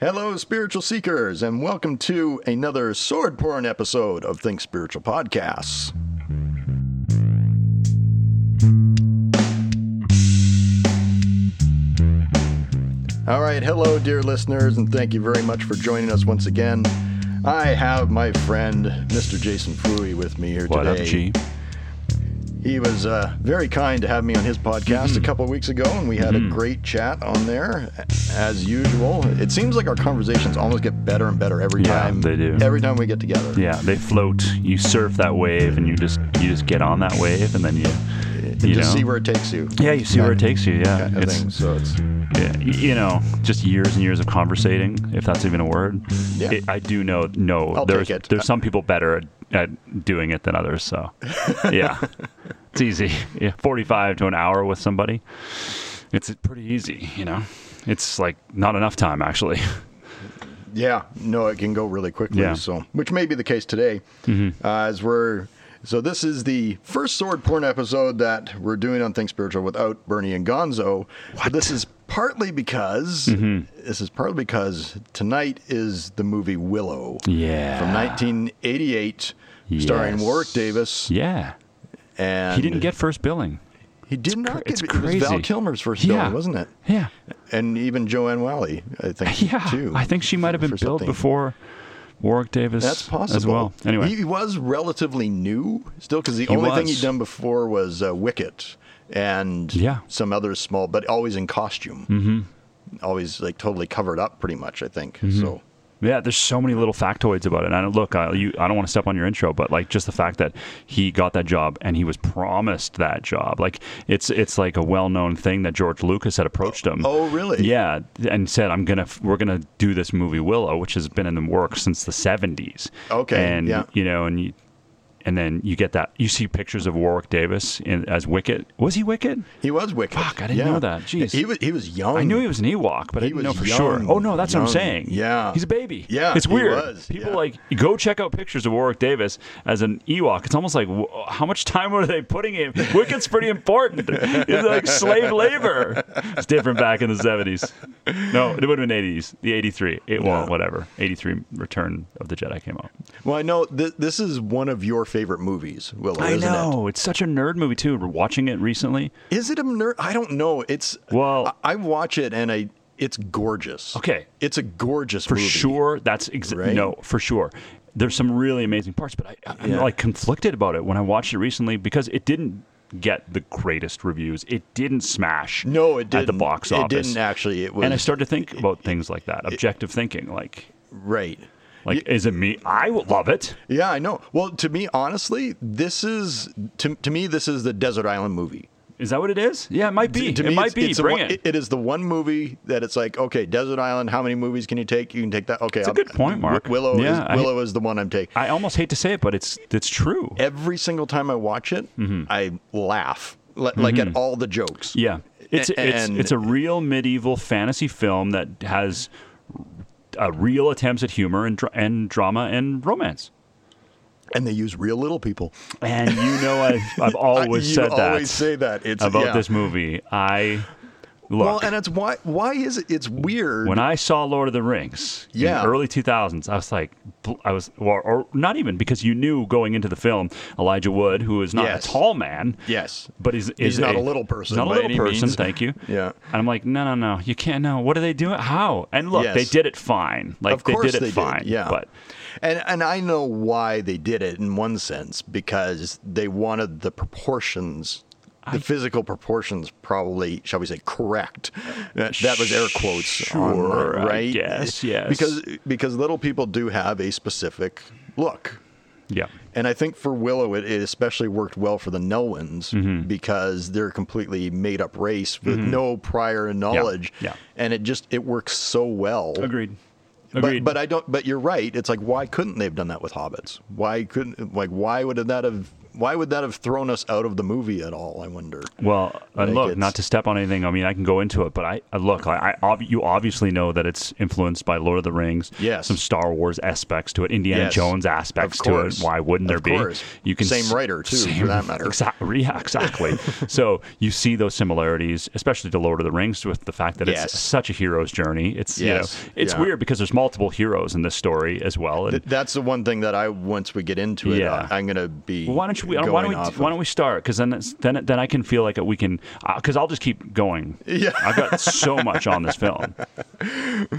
Hello, spiritual seekers, and welcome to another sword porn episode of Think Spiritual Podcasts. All right, hello, dear listeners, and thank you very much for joining us once again. I have my friend, Mr. Jason Fui, with me here What today. up, G? He was uh, very kind to have me on his podcast Mm-hmm. a couple of weeks ago, and we had a great chat on there, as usual. It seems like our conversations almost get better and better every Yeah, time. they do. Every time we get together. Yeah, they float. You surf that wave, and you just you just get on that wave, and then you You, you just know. see where it takes you. yeah, you see where it takes you. Yeah, Kind of it's thing. So it's yeah, y- you know just years and years of conversating, if that's even a word. Yeah. It- I do know. No, I'll there's take it. there's some people better at, at doing it than others. So yeah, it's easy. Yeah, 45 to an hour with somebody, it's pretty easy. You know, it's like not enough time actually. yeah, no, it can go really quickly. Yeah. Mm-hmm. So which may be the case today, uh, as we're. So this is the first sword porn episode that we're doing on Think Spiritual without Bernie and Gonzo. But this is partly because Mm-hmm. this is partly because tonight is the movie Willow. Yeah. from 1988, starring Yes. Warwick Davis. Yeah. And He didn't get first billing. He did not it's get. It was Val crazy. Kilmer's first Yeah. film, wasn't it? Yeah. And even Joanne Wally, I think. Yeah. Too. I think she might have been for billed something. before Warwick Davis That's possible. as well. Anyway, he, he was relatively new still because the He only thing was. he'd done before was uh, Wicket and Yeah. Mm-hmm. some other small, but always in costume, always like totally covered up, pretty much. I think so. yeah, there's so many little factoids about it. And I don't- look, I, you, I don't want to step on your intro, but like just the fact that he got that job and he was promised that job. Like it's it's like a well-known thing that George Lucas had approached him. Oh, really? Yeah, and said I'm going to we're going to do this movie Willow, which has been in the works since the 70s. Okay, And yeah. you know, and you, and then you get that you see pictures of Warwick Davis in, as Wicket. Was he Wicket? He was Wicked. Fuck, I didn't know that. Jeez. he was he was young. I knew he was an Ewok, but I Oh. He didn't was know for young, sure. Oh no, that's what young. I'm saying. Yeah. he's a baby. Yeah, it's he weird. was, People yeah. like go check out pictures of Warwick Davis as an Ewok. It's almost like wh- how much time were they putting him? Wicket's pretty important. It's like slave labor. It's different back in the seventies. No, it would have been eighties. The eighty three. It won't. Whatever. Eighty three. Return of the Jedi came out. Well, I know th- this is one of your favorite movies, Willow. I isn't know. It's such a nerd movie too. We're watching it recently. It? Is it a nerd? I don't know. It's Well- I, I watch it and I it's gorgeous. Okay. it's a gorgeous for movie. sure that's exa- right? no for sure there's some really amazing parts but I, i'm Yeah. like conflicted about it when i watched it recently because it didn't get the greatest reviews it didn't smash No, it didn't. at the box It office didn't actually. It was and i started to think about things like that objective thinking like right. like is it me i will love it Yeah, I know. Well, to me, honestly, this is to, to me this is the desert island movie. is that what it is yeah it might be To it me, might it's- be it's the bring one- it It is the one movie that it's like, okay, Desert Island. How many movies can you take? You can take that. Okay, it's a good point, Mark. Willow, Yeah, I- is, Willow is the one I'm taking. i almost hate to say it but it's it's true every single time I watch it, Mm-hmm. I laugh li- like at all the jokes. Yeah, it's A- it's and- it's a real medieval fantasy film that has uh, real attempts at humor and dra- and drama and romance. And they use real little people. And you know, I've, I've always you said that always say that. It's about yeah. this movie. I look Well, and it's why why is it? It's weird. when I saw Lord of the Rings Yeah. in the early 2000s, I was like, bl- I was, or, or not even because you knew going into the film Elijah Wood, who is not Yes. a tall man, yes, but he's, is He's not a little he's person Not a by little any person. means. Thank you. Yeah. And I'm like, no, no, no. You can't. No. What are they doing? How? And look, they Yes. did it fine. Like of course they did it they fine. Did. Yeah, But and and I know why they did it in one sense because they wanted the proportions. The physical proportions, probably, shall we say, correct. That, that was air quotes, on that, Sure, I right? guess, yes. Because because little people do have a specific look, yeah. and I think for Willow, it, it especially worked well for the Nolans Mm-hmm. because they're a completely made up race with no prior knowledge. yeah. And it just it works so well. Agreed. But, Agreed. but I don't. But you're right. It's like why couldn't they have done that with hobbits? Why couldn't like why would that have why would that have thrown us out of the movie at all? I wonder. Well, Like, and look, it's- not to step on anything. I mean, I can go into it, but I, I look, I, I ob- you obviously know that it's influenced by Lord of the Rings. Yes. some Star Wars aspects to it, Indiana Yes. Jones aspects Of to it. course. Why wouldn't there Of be? course. You can Same s- writer, too, for that matter. Exactly. Yeah, exactly. so you see those similarities, especially to Lord of the Rings, with the fact that Yes. it's such a hero's journey. It's you know, Yes. it's Yeah. weird because there's multiple heroes in this story as well. And Th- That's the one thing that I once we get into it, Yeah. I, am gonna be. Well, why don't you? Why going don't we? off Why of- don't we start? Because then, it's, then, then I can feel like we can. Because I'll just keep going. Yeah. I've got so much on this film.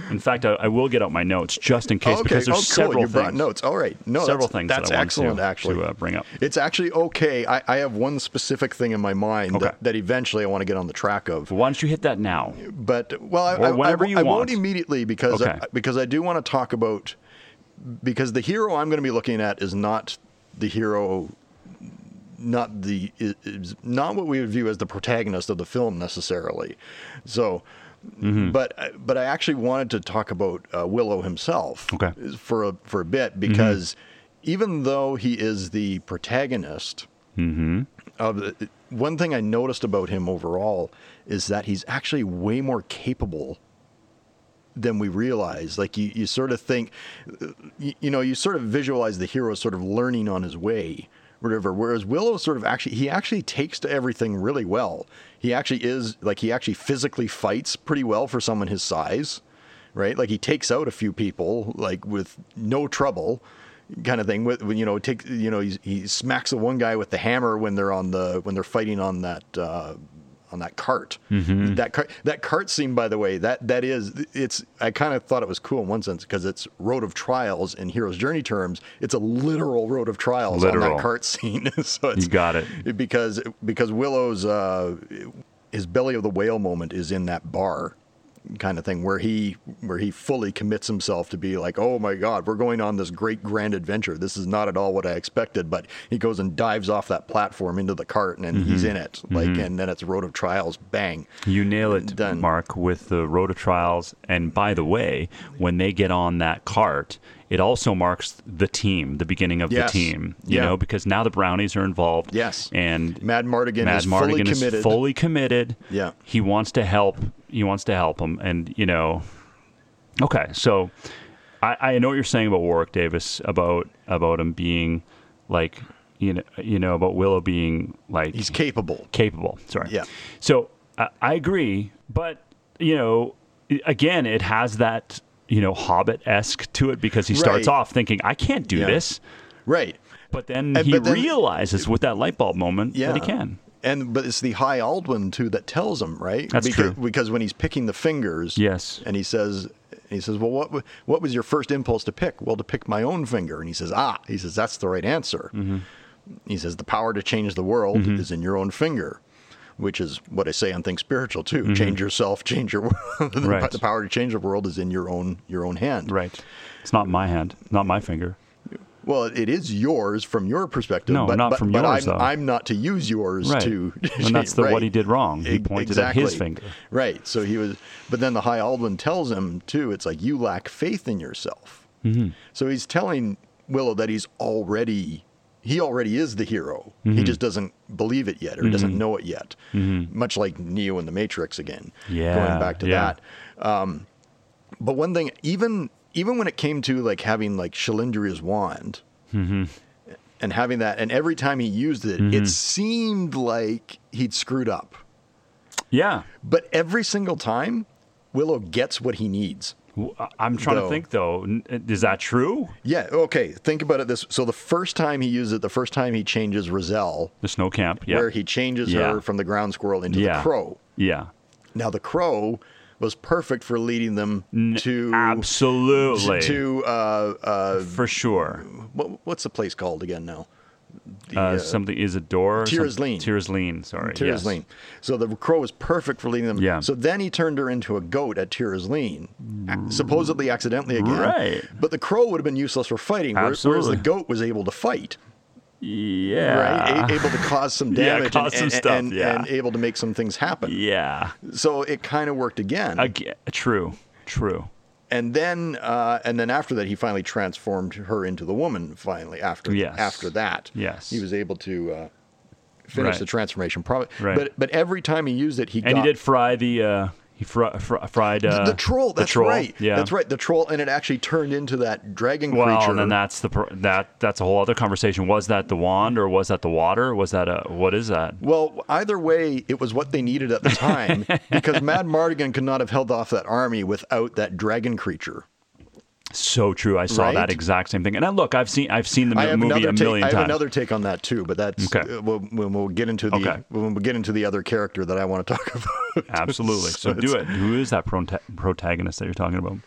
In fact, I, I will get out my notes just in case because there's oh, cool. several you brought things. notes. All right, no, several that's, things That's that I wanted excellent, to, actually. to uh, bring up. It's actually okay. I, I have one specific thing in my mind Okay. that, that eventually I want to get on the track of. Why don't you hit that now? But well, I, Or I, whenever I, you I want. won't immediately because Okay. I, because I do want to talk about because the hero I'm going to be looking at is not the hero, not the is- is not what we would view as the protagonist of the film necessarily. So, but but I actually wanted to talk about uh, Willow himself Okay. for a, for a bit because even though he is the protagonist of the, one thing I noticed about him overall is that he's actually way more capable than we realize. Like you, you sort of think, you, you know, you sort of visualize the hero sort of learning on his way, whatever. Whereas Willow sort of actually, he actually takes to everything really well. He actually is like he actually physically fights pretty well for someone his size, right? Like he takes out a few people like with no trouble. Kind of thing with with, you know take you know he, he smacks the one guy with the hammer when they're on the when they're fighting on that uh, on that cart. That cart, that cart scene, by the way, that that is, it's. I kind of thought it was cool in one sense because it's road of trials in hero's journey terms. It's a literal road of trials on Literal. that cart scene. so it's You got it. because because Willow's uh, his belly of the whale moment is in that bar kind of thing where he where he fully commits himself to be like oh my god we're going on this great grand adventure this is not at all what i expected but he goes and dives off that platform into the cart and then Mm-hmm. he's in it like and then it's road of trials bang You nail it, Done. Mark, with the Road of Trials. And by the way, when they get on that cart, it also marks the team, the beginning of Yes. the team. You Yeah. know, because now the brownies are involved. Yes. And mad mardigan Mad is fully Mardigan committed is fully committed. Yeah. He wants to help. He wants to help him. And, you know, okay. So I, I know what you're saying about Warwick Davis, about about him being like, you know, you know about Willow being like he's capable capable. Sorry. Yeah. So I I agree, but, you know, i- again, it has that, you know, Hobbit esque to it because he starts Right. off thinking, I can't do Yeah. this. right But then And- he but then- realizes with that light bulb moment yeah that he can. and but it's the high aldwin too that tells him right That's because, true. because when he's picking the fingers Yes. and he says he says well what wa- what was your first impulse to pick well to pick my own finger and he says ah he says that's the right answer Mm-hmm. he says the power to change the world is in your own finger which is what I say on Think Spiritual too. Change yourself, change your world. the, Mm-hmm. Right. the power to change the world is in your own your own hand. Right. It's not my hand, not my finger. Well, it is yours from your perspective. No, but, not but, from but yours, I'm, though. I'm not to use yours Right. to. And that's the, what he Right. did wrong. He Ex- pointed at his finger. Right. So he was, but then the High Aldwin tells him too. It's like you lack faith in yourself. Mm-hmm. So he's telling Willow that he's already, he already is the hero. Mm-hmm. He just doesn't believe it yet, or doesn't know it yet. Much like Neo in the Matrix again. Yeah, Going back to yeah. that. Um, but one thing, even even when it came to like having like Shalindria's wand Mm-hmm. and having that, and every time he used it, it seemed like he'd screwed up. Yeah. But every single time, Willow gets what he needs. W- I- I'm trying to Though. think, though. N- Is that true? Yeah, okay. Think about it this so the first time he uses it, the first time he changes Roselle, The snow camp. Yeah. where he changes Yeah. her from the ground squirrel into yeah. the crow. Yeah. Now the crow was perfect for leading them to Absolutely. to uh, uh, For sure. what, what's the place called again now? The, Uh, something is a door. or Tears something- Lean. Tears lean. Sorry. Tira's yes. Lean. So the crow was perfect for leading them. Yeah. So then he turned her into a goat at Tira's Lean, ac- supposedly accidentally again. Right. But the crow would have been useless for fighting, where- whereas Absolutely. the goat was able to fight, Yeah. right? A- able to cause some Yeah, damage cause some and, and, stuff, and- yeah. and able to make some things happen. yeah. So it kind of worked again. Aga true. True. and then uh, and then after that, he finally transformed her into the woman. Finally, after Yes. after that, Yes. he was able to uh, finish Right. the transformation. Probably, Right. but but every time he used it, he and got he did fry the uh, he fr- fr- fried uh, the troll. That's right. Yeah, that's right. The troll, and it actually turned into that dragon Well, creature. and then that's the pr- that that's a whole other conversation. Was that the wand or was that the water? Was that a what is that? Well, either way, it was what they needed at the time because Mad Mardigan could not have held off that army without that dragon creature. So true. I saw Right? that exact same thing. And I, look, I've seen I've seen the I have movie another a take, million I have times. another take on that too, but that's Okay. uh, we'll, we'll, we'll get into the Okay. when we get into the other character that I want to talk about. Absolutely. So, do it. Who is that prota- protagonist that you're talking about?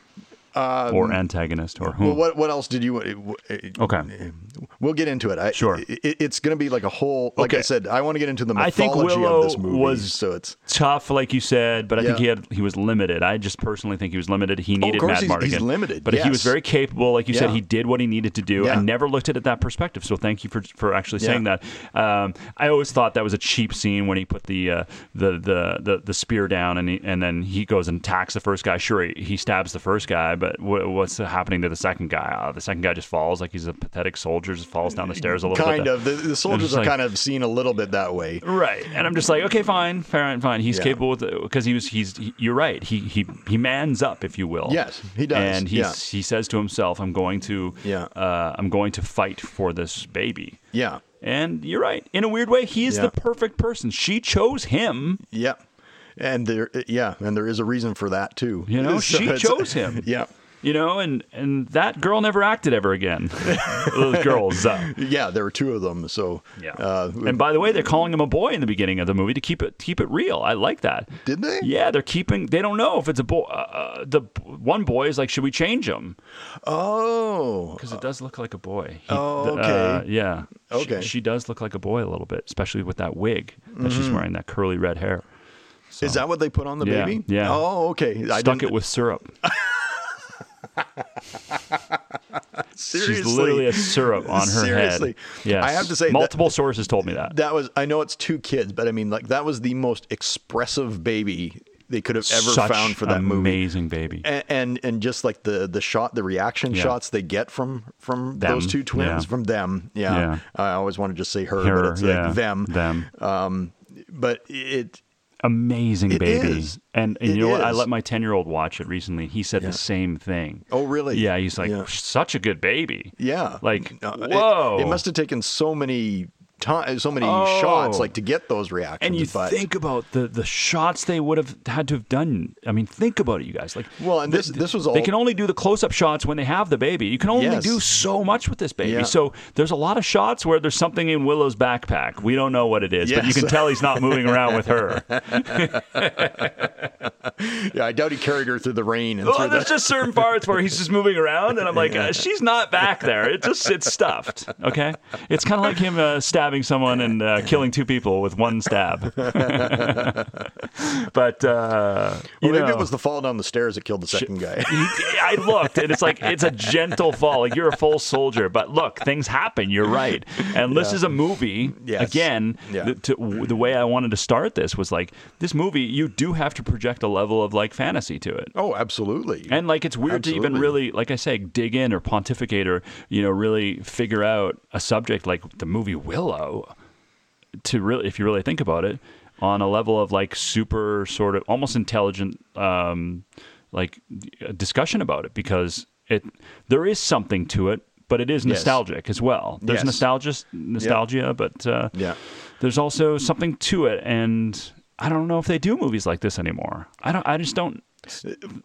or antagonist or who? Well, what what else did you? Hmm. uh, okay. We'll get into it. I, Sure. It, it's going to be like a whole. Like I Okay. said, I want to get into the I think mythology Willow of this movie. was- so it's Tough, like you said, but I Yeah. Oh, think he had he was limited. I just personally think he was limited. He needed course Matt he's- Mardigan. he's limited, but he was yes. very capable. Like you said, Yeah. he did what he needed to do. I Yeah. never looked at it that perspective. So thank you for for actually Yeah. saying that. Um, I always thought that was a cheap scene when he put the uh, the, the the the spear down and he, and then he goes and attacks the first guy. Sure, he, he stabs the first guy, but wh- what's happening to the second guy? Uh, the second guy just falls like he's a pathetic soldier, just falls down the stairs a little bit. kind of the, the soldiers just are like- kind of seen a little bit that way. Right, and I'm just like, okay, fine, fine, fine. He's Yeah. capable with because he was. He's. he- you're right. He he he mans up, if you will. Yes, he does, And he yeah. he says to himself, "I'm going to. Yeah. Uh, I'm going to fight for this baby." Yeah. And you're right. In a weird way, he is Yeah. the perfect person. She chose him. Yeah, and there, uh, yeah, and there is a reason for that too. You know, So she it's- chose him. Yeah, You know, and and that girl never acted ever again. Those girls. Uh, yeah, there were two of them. So yeah. uh, and by the way, they're calling him a boy in the beginning of the movie to keep it keep it real. I like that. did they? Yeah, they're keeping. They don't know if it's a boy. Uh, uh, the one boy is like, should we change him? Oh, Because it does look like a boy. He- Oh, the- okay. uh, yeah. She- Okay. She, does look like a boy a little bit, especially with that wig that she's Mm-hmm. wearing, that curly red hair. is that what they put on the Yeah, baby? yeah. Oh, okay. I Stuck didn't- it with syrup. seriously. She's literally a syrup on her Seriously. head. Yes. I have to say that- multiple sources told me that. that was. I know it's two kids, but I mean, like that was the most expressive baby they could have ever Such found for that movie. amazing baby. And, and and just like the the shot, the reaction Yeah. shots they get from from Them, those two twins, yeah. from them. Yeah. Yeah. I always want to just say her, Her, but it's yeah, like them. Them. Um, but it amazing baby. is. And, and It you know what? I is. let my 10 year old watch it recently. and He said the same thing. Oh, really? Yeah. He's like, Yeah. such a good baby. yeah, Like, Uh, it- whoa. It, must have taken so many time, so many Oh. shots, like to get those reactions. and you but, think about the, the shots they would have had to have done. I mean, think about it, you guys. Like, Well, and this this was all they can only do the close up shots when they have the baby. You can only Yes. do so much with this baby. Yeah. So there's a lot of shots where there's something in Willow's backpack. We don't know what it is, but you Yes. can tell he's not moving around with her. yeah, I doubt he carried her through the rain and Well, through the. there's just certain parts where he's just moving around, and I'm like, uh, she's not back there. It just it's stuffed. Okay, it's kind of like him uh, stabbing someone and uh, killing two people with one stab. but uh, you Well, maybe know, it was the fall down the stairs that killed the second guy. he- I looked, and it's like it's a gentle fall. Like you're a full soldier, but look, things happen. You're right, and this is a movie. Yes. Again, Yeah. th- to, w- the way I wanted to start this was like this movie. You do have to project a level of like fantasy to it. oh, absolutely. And like it's weird to even Absolutely. really, like I say, dig in or pontificate or you know really figure out a subject like the movie Willow. To really, if you really think about it, on a level of like super sort of almost intelligent, um, like uh, discussion about it because it there is something to it, but it is nostalgic as well. There's Yes. nostalgia, nostalgia, but uh, Yeah. there's also something to it, and I don't know if they do movies like this anymore. I don't. I just don't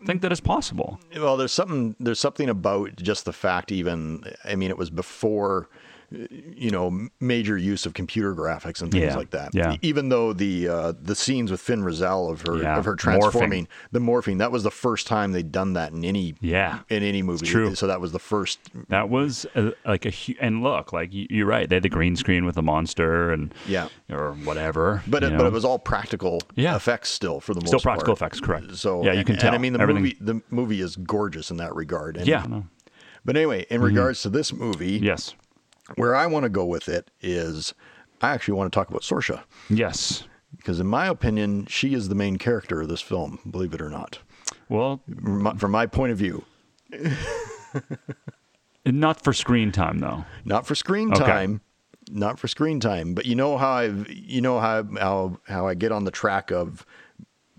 think that it's possible. well, there's something there's something about just the fact. Even I mean, it was before you know major use of computer graphics and things Yeah. like that. E, Yeah. Even though the uh, the scenes with Finn Rizal of her Yeah. of her transforming the morphine that was the first time they'd done that in any Yeah. in any movie. true. So that was the first. That was a, like a hu- and look like y- you're right. They had the green screen with the monster and Yeah. or whatever. But you it, know. but it was all practical Yeah. effects still for the still most part. practical effects, correct? So yeah, you can and, tell. I mean, the everything. movie the movie is gorgeous in that regard. And- Yeah. Mm-hmm. But anyway, in regards to this movie, Yes. where I want to go with it is, I actually want to talk about Sorsha Yes. because, in my opinion, she is the main character of this film. Believe it or not, Well, from my, from my point of view, Not for screen time though. Not for screen Okay. time. Not for screen time. But you know how I've you know how how how I get on the track of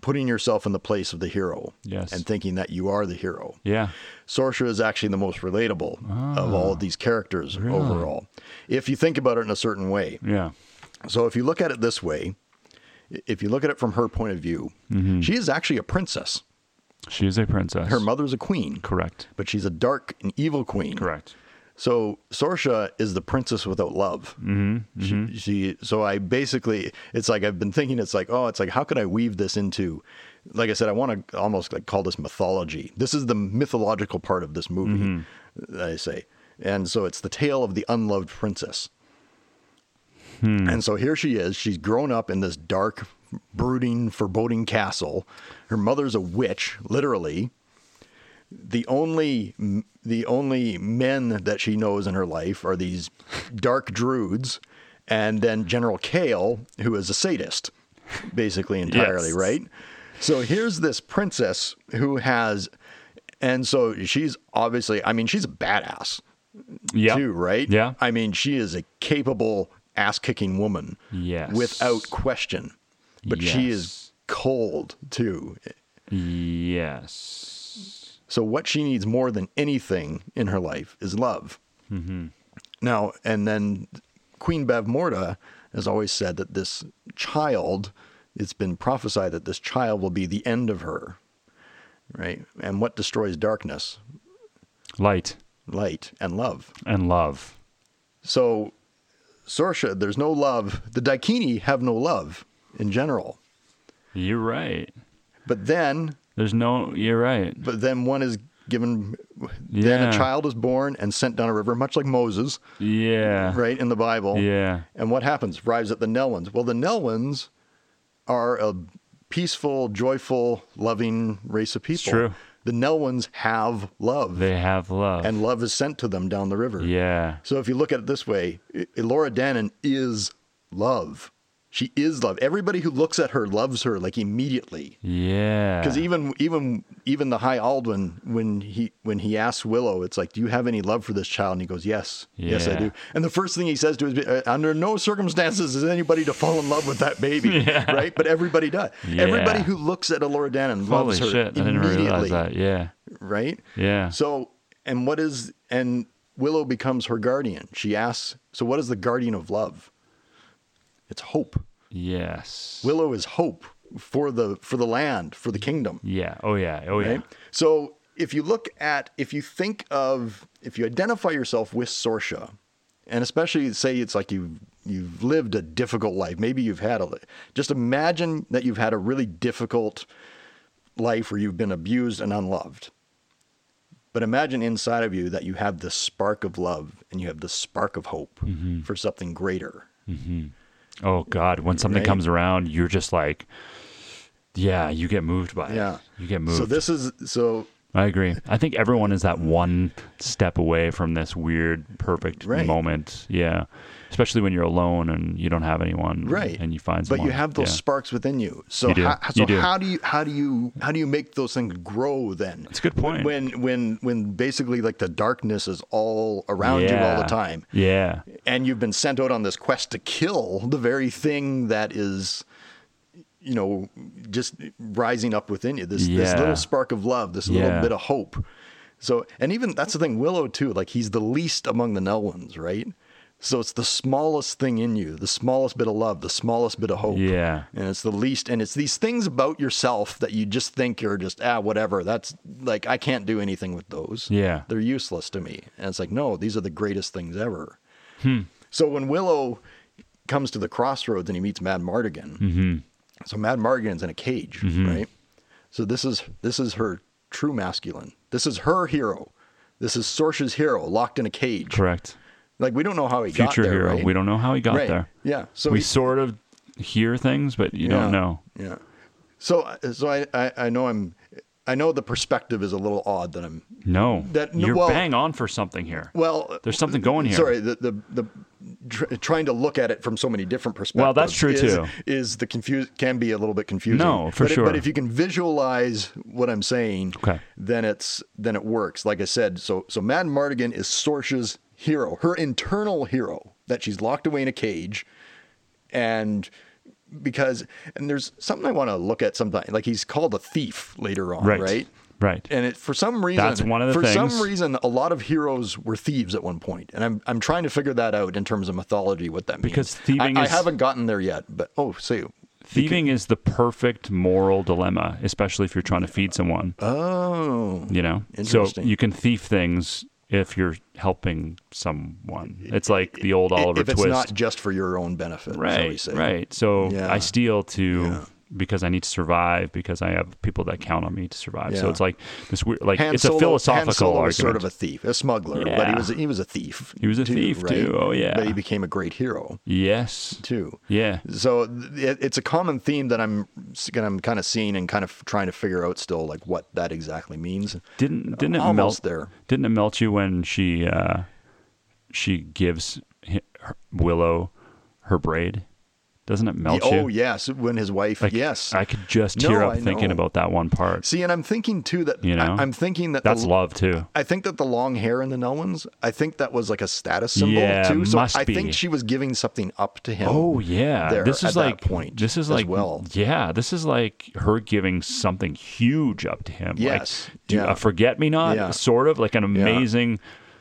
putting yourself in the place of the hero. Yes. And thinking that you are the hero. Yeah. Sorsha is actually the most relatable of all of these characters overall. If you think about it in a certain way. Yeah. So if you look at it this way, i- if you look at it from her point of view, she is actually a princess. She is a princess. Her mother's a queen, Correct. but she's a dark and evil queen. Correct. So Sorsha is the princess without love. Mm-hmm, She, she. So I basically, it's like I've been thinking. It's like, oh, it's like how could I weave this into? Like I said, I want to almost like call this mythology. This is the mythological part of this movie. that I say, and so it's the tale of the unloved princess. Mm. And so here she is. She's grown up in this dark, brooding, foreboding castle. Her mother's a witch, literally. The only the only men that she knows in her life are these dark druids, and then General Kale, who is a sadist, basically entirely, Yes. right? So here's this princess who has, and so she's obviously, I mean, she's a badass Yeah. too, right? Yeah. I mean, she is a capable ass kicking woman. Yes. Without question. But she is Yes. cold too. Yes. So what she needs more than anything in her life is love. Mm-hmm. Now and then, Queen Bev Morda has always said that this child. It's been prophesied that this child will be the end of her, right? And what destroys darkness? Light Light and love. and love. So, Sorsha, there's no love. The Daikini have no love in general. You're right. But then, There's no. You're right. but then one is given. Then Yeah. a child is born and sent down a river, much like Moses, Yeah. right in the Bible. Yeah. And what happens? Arrives at the Nelwins. Well, the Nelwins are a peaceful, joyful, loving race of people. true. The Nelwins have love, They have love. and love is sent to them down the river. yeah. So if you look at it this way, I- Laura Dannon is love. She is love. Everybody who looks at her loves her like immediately. Yeah. Because even even even the High Aldwin, when he when he asks Willow, it's like, "Do you have any love for this child?" And he goes, "Yes, yes, I Yeah. do." And the first thing he says to his, uh, "Under no circumstances is anybody to fall in love with that baby, right?" But everybody does. Everybody Yeah. who looks at a Laura Dannon Holy loves her shit! I didn't immediately, realize that. Yeah. right? Yeah. So, and what is, and Willow becomes her guardian. She asks, so what is the guardian of love? It's hope. yes. Willow is hope for the, for the land, for the kingdom. yeah. Oh yeah. Oh yeah. Right? So if you look at, if you think of, if you identify yourself with Sorsha, and especially say it's like you've, you've lived a difficult life, maybe you've had a, li- just imagine that you've had a really difficult life where you've been abused and unloved. But imagine inside of you that you have this spark of love and you have this spark of hope Mm-hmm. for something greater. Oh God! When something Right? comes around, you're just like, yeah, you get moved by it. Yeah. You get moved. So this is so I agree. I think everyone is that one step away from this weird, perfect Right. moment. Yeah. Especially when you're alone and you don't have anyone. right And you find but someone. you have those Yeah. sparks within you so You do. How, so You do. how do you how do you how do you make those things grow then That's a good point. when when when basically like the darkness is all around you all Yeah. the time Yeah. and you've been sent out on this quest to kill the very thing that is you know just rising up within you this this Yeah. little spark of love this little Yeah. bit of hope so and even that's the thing willow too like he's the least among the Nelwins, right so it's the smallest thing in you the smallest bit of love the smallest bit of hope Yeah. and it's the least and it's these things about yourself that you just think are just ah whatever that's like i can't do anything with those Yeah. they're useless to me and it's like no these are the greatest things ever Hmm. so when Willow comes to the crossroads and he meets Mad Mardigan, Mm-hmm. so Mad Mardigan's in a cage, right? So this is this is her true masculine. This is her hero. This is Sorsha's hero locked in a cage. Correct. Like we don't know how he got Future there. hero. right? We don't know how he got right. there. Yeah. So we he- sort of hear things, but you yeah. don't know. Yeah. So so I, I I know I'm I know the perspective is a little odd that I'm No. That- no, you're well- bang on for something here. well There's something going here. Sorry, the the the tr- trying to look at it from so many different perspectives. Well, that's true, is, too. Is the confuse can be a little bit confusing. No, for but it- sure. but if you can visualize what I'm saying, Okay. then it's then it works. Like I said, so so Mad Mardigan is Sorsha's hero, her internal hero that she's locked away in a cage, and because and there's something I want to look at sometime. Like he's called a thief later on, Right. right? Right. And it, for some reason, That's one of the for things. some reason, a lot of heroes were thieves at one point, and I'm I'm trying to figure that out in terms of mythology, what that means. Because thieving I, is- I haven't gotten there yet, but oh, see, Thieving is the perfect moral dilemma, especially if you're trying to feed someone. oh, you know, so interesting. you can thief things if you're helping someone. It's like the old Oliver if it's Twist. not just for your own benefit, shall we right say. right so Yeah. i steal to because i need to survive because i have people that count on me to survive so Yeah. it's like this weird like Han it's Solo, a philosophical Han Solo argument was sort of a thief, a smuggler, but he Yeah. was he was a thief. He was a thief, too. Oh, yeah. but he became a great hero yes too. yeah So th- it, it's a common theme that I'm s- gonna- I'm kind of seeing and kind of trying to figure out still, like what that exactly means. didn't didn't it melt Almost there. didn't it melt you when she uh she gives hi- her, willow her braid doesn't it melt you oh yes, when his wife. Like, yes. i could just No, tear up I thinking know. about that one part See, and I'm thinking too that You know? I, am thinking that that's the, love too I think that the long hair in the Nolans, I think that was like a status symbol Yeah, too. So must I be. think she was giving something up to him. Oh yeah, there this is at that like point This is as like well. Yeah, this is like her giving something huge up to him. Yes, like, do yeah. a forget me not, Yeah. sort of like an amazing,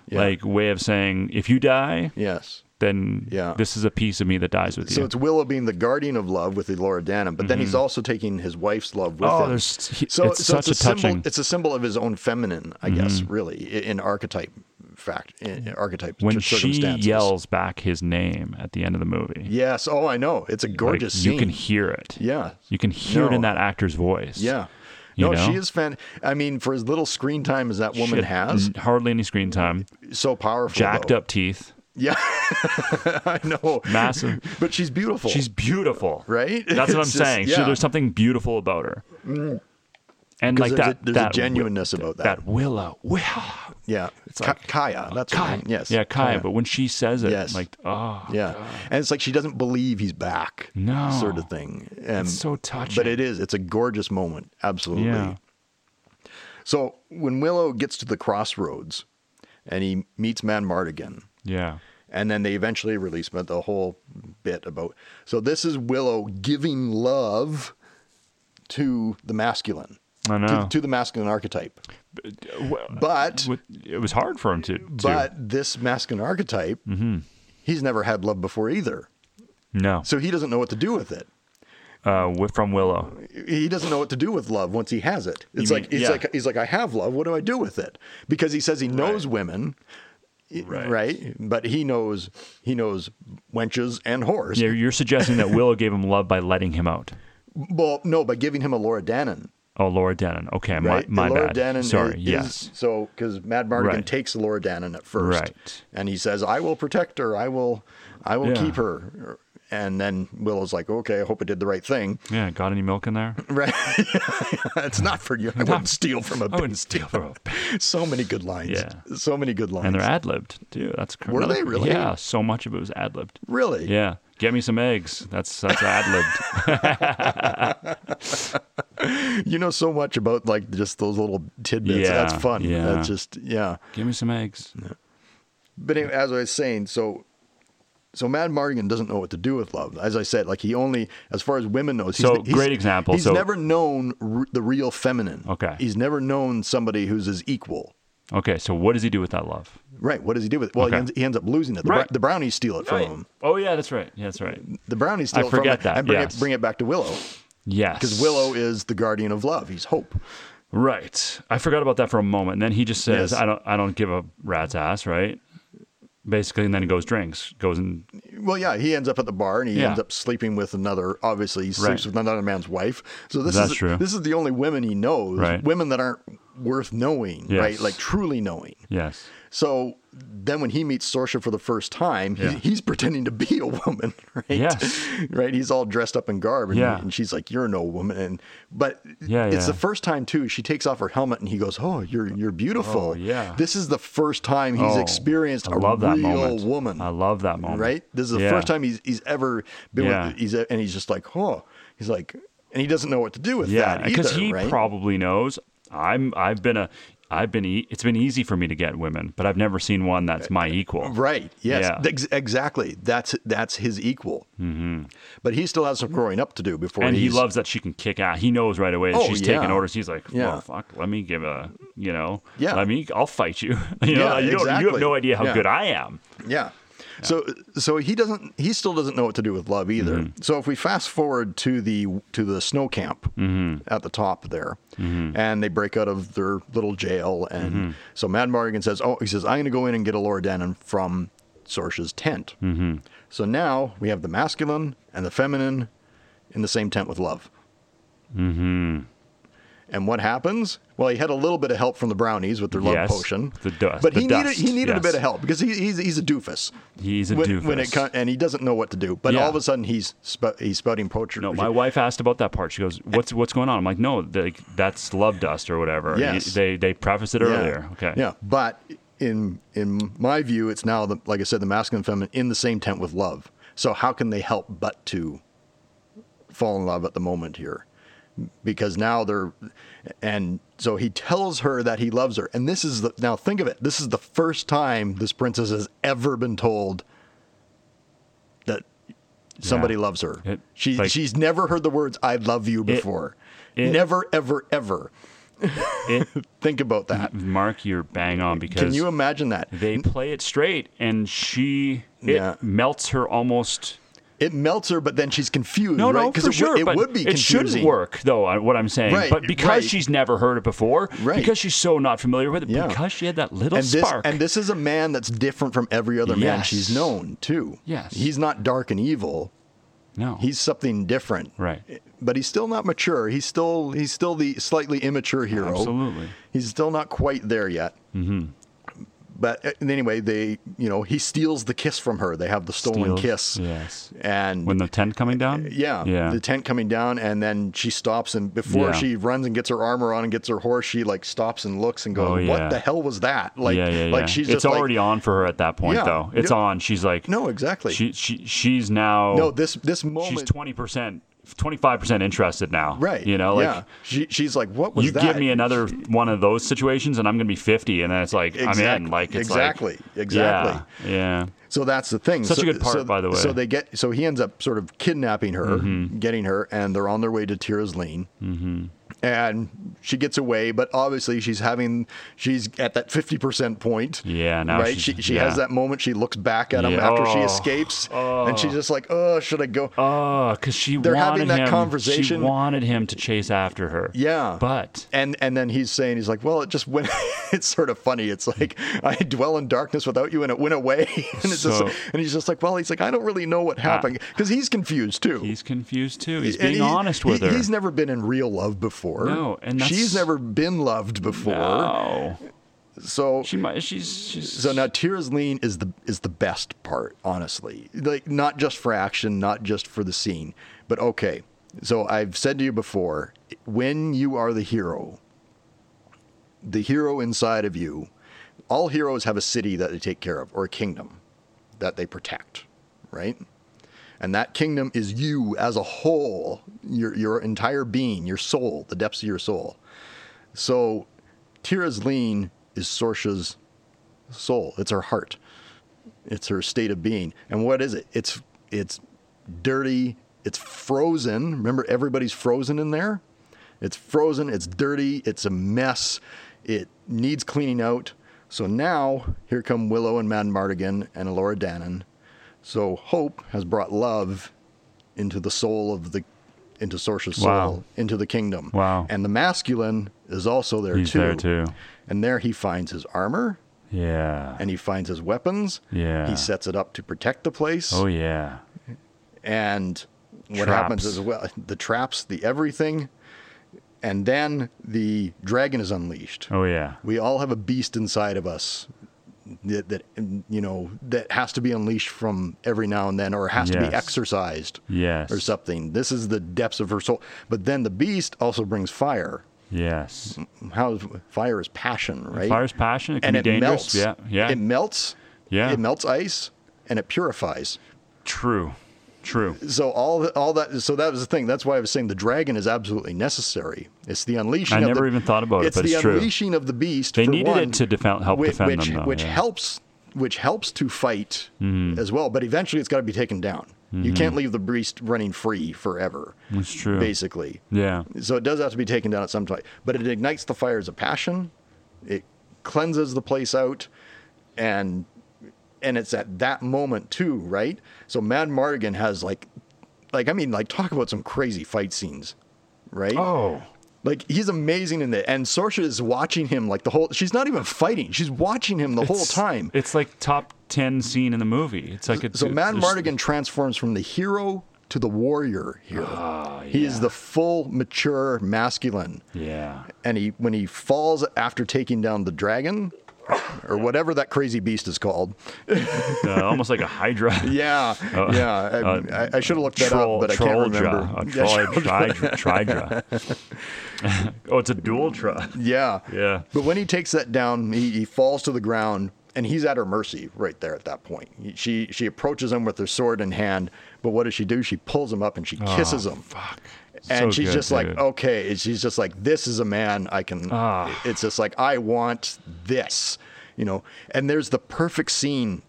Yeah. like way of saying if you die, yes. then Yeah. this is a piece of me that dies with So you. it's Willow being the guardian of love with Elora Danham, but then he's also taking his wife's love with Mm-hmm. Oh, him. there's he- so it's so it's such a symbol. touching. Mm-hmm. It's a symbol of his own feminine, I guess, really, i- in archetype fact, in in archetype Mm. when cir- she circumstances. yells back his name at the end of the movie. Yes. Oh, I know. It's a like, gorgeous you scene. can hear it. yeah. You can hear it in No. that actor's voice. Yeah. You no, she know? is fan. I mean, for as little screen time as that woman She had has, n- hardly any screen time. so powerful. Mm-hmm. Jacked though. up teeth. Yeah. I know. Massive. But she's beautiful. She's beautiful, Right? That's what I'm It's just- saying. So yeah. there's something beautiful about her, and 'Cause like there's that, a, there's that a genuineness about that. that Willow, Willow, yeah. It's like- oh, Kaya. That's her Kai, name. Yes. yeah, Kai. But when she says it, Yes. like, oh, Yeah. And it's like she doesn't believe he's back. No. Sort of thing. And, it's so touching. But it is. It's a gorgeous moment. Absolutely. yeah, So when Willow gets to the crossroads and he meets Man Mardigan, yeah, and then they eventually release but the whole bit about so this is willow giving love to the masculine I know. to, to the masculine archetype Well, but with- it was hard for him to, to- but this masculine archetype Mm-hmm. he's never had love before either no, so he doesn't know what to do with it uh, with, from Willow. he doesn't know what to do with love once he has it. It's mean- like he's yeah. like he's like I have love. What do I do with it? Because he says he knows women, i- Right. right? But he knows he knows wenches and whores. Yeah, you're suggesting that Willow gave him love by letting him out. Well, no, by giving him a Laura Dannon. Oh, Laura Denon. Okay, right? my, my Laura bad. Dannon Sorry. is- is- yes. so, because Mad Mardigan Right. takes Laura Dannon at first, Right. and he says, "I will protect her. I will, I will Yeah. keep her." And then Willow's like, "Okay, I hope I did the right thing." yeah. Got any milk in there? Right? it's not for you. I wouldn't steal from a. I wouldn't steal from a So many good lines. Yeah. So many good lines. And they're ad libbed too. That's cr- Were another- they really? Yeah, so much of it was ad libbed. really. Yeah, get me some eggs. That's that's ad libbed. You know so much about like just those little tidbits. Yeah, That's fun. yeah. That's just yeah. Give me some eggs. But anyway, as I was saying, so so Mad Mardigan doesn't know what to do with love. As I said, like he only, as far as women knows, he's, So, he's- great example. He's So- never known r- the real feminine. Okay. he's never known somebody who's his equal. Okay, so what does he do with that love? Right. What does he do with it? Well, Okay. he, ends, he ends up losing it. The, Right. the brownies steal it from him. Oh yeah, that's right. Yeah, that's right. The brownies steal I it from him forget that, and bring yes. it bring it back to Willow Yes, because Willow is the guardian of love. He's hope. Right. I forgot about that for a moment. And then he just says, Yes. "I don't, I don't give a rat's ass." Right. Basically, and then he goes drinks, goes and Well, yeah, he ends up at the bar and he Yeah. ends up sleeping with another. Obviously, he sleeps Right. with another man's wife. So this That's is true. this is the only women he knows. Right. Women that aren't worth knowing, Yes. right? Like truly knowing. Yes. So then when he meets Sorsha for the first time, Yeah. he, he's pretending to be a woman, right? Yes. Right? He's all dressed up in garb and, Yeah. and she's like, You're no woman and but Yeah, it's yeah. the first time too, she takes off her helmet and he goes, Oh, you're you're beautiful. Oh, yeah. This is the first time he's Oh, experienced I a love that real moment. woman. I love that moment. Right? This is the Um, Yeah. first time he's he's ever been Yeah. with he's and he's just like, Oh he's like and he doesn't know what to do with Yeah, that because either, he right? probably knows. I'm. I've been a. I've been. E- it's been easy for me to get women, but I've never seen one that's my equal. Right. Yes. Yeah. Mm-hmm. Ex- exactly. That's that's his equal. But he still has some growing up to do before. And he he's- loves that she can kick ass. He knows right away that Oh, she's taking yeah. orders. He's like, well, Yeah. fuck, let me give a, you know, Yeah. let me, I'll fight you. you know, Yeah, you, don't, you have exactly. no idea how Yeah. good I am. Yeah. So so he doesn't. He still doesn't know what to do with love either. Mm-hmm. So if we fast forward to the to the snow camp Mm-hmm. at the top there, and they break out of their little jail, and Mm-hmm. so Mad Morgan says, "Oh, he says I'm going to go in and get a Laura Denon from Sorsha's tent." Mm-hmm. So now we have the masculine and the feminine in the same tent with love. Mm-hmm. And what happens? Well, he had a little bit of help from the brownies with their love Yes, potion. the dust- But the he needed dust, he needed a yes. bit of help because he, he's he's a doofus. He's a When, doofus. when it co- and he doesn't know what to do. But Yeah. all of a sudden he's sp- he's spouting poetry. no, my wife asked about that part. She goes, "What's what's going on?" I'm like, "No, they, that's love dust or whatever." Yes. They they prefaced it earlier. Okay. Yeah, but in in my view, it's now the, like I said, the masculine and feminine in the same tent with love. So how can they help but to fall in love at the moment here? Because now they're, and so he tells her that he loves her, and this is the now think of it. This is the first time this princess has ever been told that somebody Yeah. loves her. It- she like- she's never heard the words "I love you" before. it- never, ever, ever. It, Think about that. Mark, you're bang on because Can you imagine that? they play it straight, and she it Yeah. melts her almost. It melts her, but then she's confused. No, right? no, 'Cause for it, sure. would- it but would be It confusing. should work, though. I- What I'm saying, Right, but because right. she's never heard it before, Right. because she's so not familiar with it, Yeah. because she had that little And this, spark. and this is a man that's different from every other man Yes. she's known, too. Yes. He's not dark and evil. no, He's something different. Right. But he's still not mature. He's still he's still the slightly immature hero. absolutely. He's still not quite there yet. Mm-hmm. But uh, anyway, they you know he steals the kiss from her. They have the stolen Steals- kiss. Yes. And When the tent coming down. Yeah, Yeah. the tent coming down, and then she stops, and before Yeah. she runs and gets her armor on and gets her horse, she like stops and looks and goes, Oh, yeah. "What the hell was that?" Like, yeah, yeah, yeah. like she's it's just like, already on for her at that point, Yeah. though. It's Yeah. on. She's like, no, exactly. she, she she's now no, this this she's moment, twenty percent, twenty five percent interested now. right? You know, like yeah. she, she's like, "What was you that?" give me another one of those situations, and I'm gonna be fifty, and then it's like I'm Exact- in. Like it's exactly, like, exactly. Yeah, yeah. So that's the thing. Such a so, good part, so- by the way. Mm-hmm. So they get, so he ends up sort of kidnapping her, getting her, and they're on their way to Tira's Lane. Mm-hmm. And she gets away, but obviously she's having, she's at that fifty percent point. Yeah, now right. she's- she she has yeah. that moment. She looks back at him Yeah. after she Oh. escapes, and she's just like, "Oh, should I go?" Oh, because she They're wanted having that him, conversation. She wanted him to chase after her. Yeah. but and and then he's saying he's like, well, it just went. it's sort of funny. It's like I dwell in darkness without you, and it went away. and it's So- just, and he's just like, well, he's like, I don't really know what happened because he's confused too. he's confused too. He's And he- being honest with he- her. He's never been in real love before. No, and that's- she's never been loved before. no, So Oh. she might. She's, she's so now Tears Lean is the is the best part, honestly. Like not just for action, not just for the scene, but okay. So I've said to you before, when you are the hero, the hero inside of you, all heroes have a city that they take care of or a kingdom that they protect, right? And that kingdom is you as a whole, your your entire being, your soul, the depths of your soul. So Tira's lean is Sorsha's soul. It's her heart. It's her state of being. And what is it? It's it's dirty. It's frozen. Remember, everybody's frozen in there. It's frozen. It's dirty. It's a mess. It needs cleaning out. So now here come Willow and Mad Mardigan and Alora Dannon. So hope has brought love into the soul of the into Sorsha's soul Wow. into the kingdom. Wow. And the masculine is also there He's too. there too. And there he finds his armor yeah. and he finds his weapons. Yeah. He sets it up to protect the place. oh yeah. And what Traps. happens is well the traps, the everything. And then the dragon is unleashed. Oh yeah. We all have a beast inside of us that, that you know that has to be unleashed from every now and then, or has to Yes. be exercised, Yes. or something. This is the depths of her soul. But then the beast also brings fire. Yes. How is, fire is passion, right? Fire's passion. It can and be it dangerous. melts. Yeah. Yeah. It melts. Yeah. It melts ice, and it purifies. True. True. So all all that so that was the thing. That's why I was saying the dragon is absolutely necessary. It's the unleashing. I of never the, even thought about it, It's but the it's true. unleashing of the beast. They for needed one, it to defen- help whi- defend which, them, though, which yeah. Mm-hmm. helps which helps to fight as well. But eventually, it's got to be taken down. You can't leave the beast running free forever. That's true. Basically, Yeah. so it does have to be taken down at some time. But it ignites the fires of passion. It cleanses the place out, and and it's at that moment too, right? So Mad Mardigan has like, like I mean, like talk about some crazy fight scenes, right? Oh. Like he's amazing in it, and Sorsha is watching him like the whole. She's not even fighting; she's watching him the whole It's- time. It's like top ten scene in the movie. It's like it's So Mad there's- Mardigan transforms from the hero to the warrior here. Ah, He is the full, mature, masculine. Yeah. and he when he falls after taking down the dragon or whatever that crazy beast is called. Uh, almost like a Hydra. Yeah, yeah. I, I, I should have looked that troll, up, but I can't remember. Troldra. A Yeah, troll, tridra. tridra. oh, it's a dualtra. yeah, Yeah. But when he takes that down, he, he falls to the ground, and he's at her mercy right there at that point. He- She she approaches him with her sword in hand, but what does she do? She pulls him up and she kisses him. Ah, Fuck. And So she's good, just like, dude. okay. And she's just like, this is a man I can. Ah. It's just like, I want this, you know. And there's the perfect scene.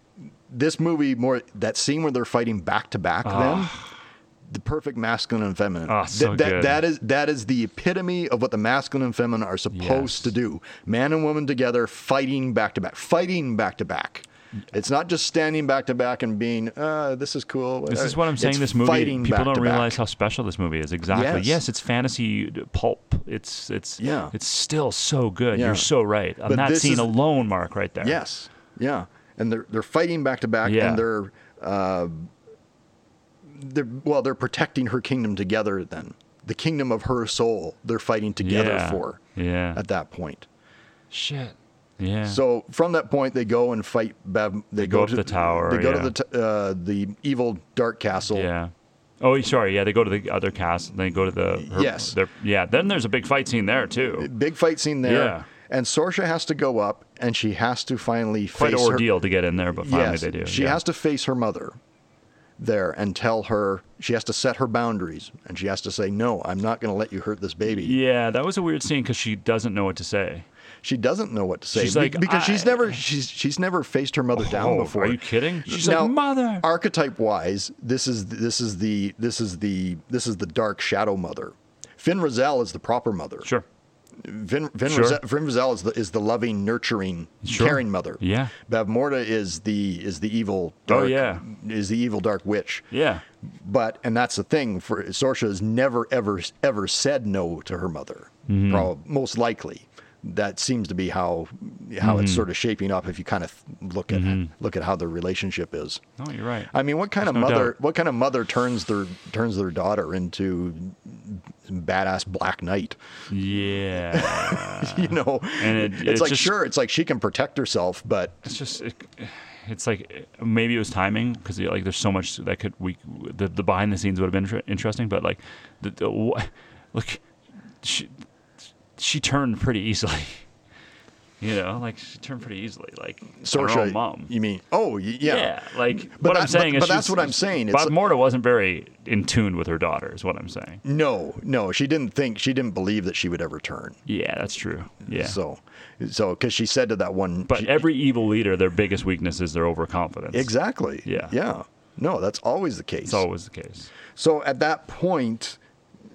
This movie, more that scene where they're fighting back to back, then the perfect masculine and feminine. Ah, so Th- that, good. that is that is the epitome of what the masculine and feminine are supposed Yes. to do. Man and woman together, fighting back to back, fighting back to back. It's not just standing back to back and being, uh, this is cool. This is what I'm saying. It's This movie, fighting people back don't to realize back. how special this movie is. Exactly. Yes. Yes, it's fantasy pulp. It's it's Yeah. It's still so good. Yeah. You're so right on But that this scene is- alone, Mark. Right there. Yes. Yeah. And they're they're fighting back to back, Yeah. and they're uh, they're well, they're protecting her kingdom together. Then the kingdom of her soul, they're fighting together Yeah. for. Yeah. At that point. Shit. Yeah. So from that point, they go and fight. Bab- they, go up the tower, They go yeah. to the t- uh, the evil dark castle. yeah. Oh, sorry. Yeah, they go to the other cast. And they go to the her- Yes. their- yeah. Then there's a big fight scene there too. Big fight scene there. Yeah. And Sorsha has to go up, and she has to finally Quite an face her- ordeal to get in there, but finally yes, they do. She yeah. has to face her mother there and tell her she has to set her boundaries and she has to say no i'm not going to let you hurt this baby Yeah, that was a weird scene because she doesn't know what to say. she doesn't know what to say She's be- like, because she's "I-" never she's she's never faced her mother down Oh, before are you kidding? She's Now, like, mother. archetype wise this is this is the this is the this is the dark shadow mother finn Rizal is the proper mother Sure. Vin, Vin, Sure. Rizal, Vin Rizal is the is the loving, nurturing, Sure. caring mother. Yeah. Bav Morda is the is the evil. Oh, Dark, yeah. is the evil dark witch. Yeah. But and that's the thing for Sorsha has never ever ever said no to her mother. Mm-hmm. Prob- most likely, that seems to be how how Mm-hmm. it's sort of shaping up. If you kind of look at look at how their relationship is. No, you're right. I mean, what kind of Mm-hmm. no mother? doubt. What kind of mother turns their turns their daughter into badass Black Knight? yeah. you know Uh, And it- it's, it's like just- sure it's like she can protect herself but It's just. It, it's like uh, maybe it was timing because like there's so much that could we the, the behind the scenes would have been inter- interesting, but like the, the wha- look, she she turned pretty easily. You know, like she turned pretty easily, like her Sorsha, own mom. you mean oh y- yeah, like But what that- I'm saying but- is, but that's she's- what I'm saying. It's Bob like- Morta wasn't very in tune with her daughter, is what I'm saying. no no she didn't think she didn't believe that she would ever turn Yeah, that's true. Yeah. so so because she said to that one But she- every evil leader, their biggest weakness is their overconfidence. exactly Yeah. yeah no that's always the case It's always the case. so at that point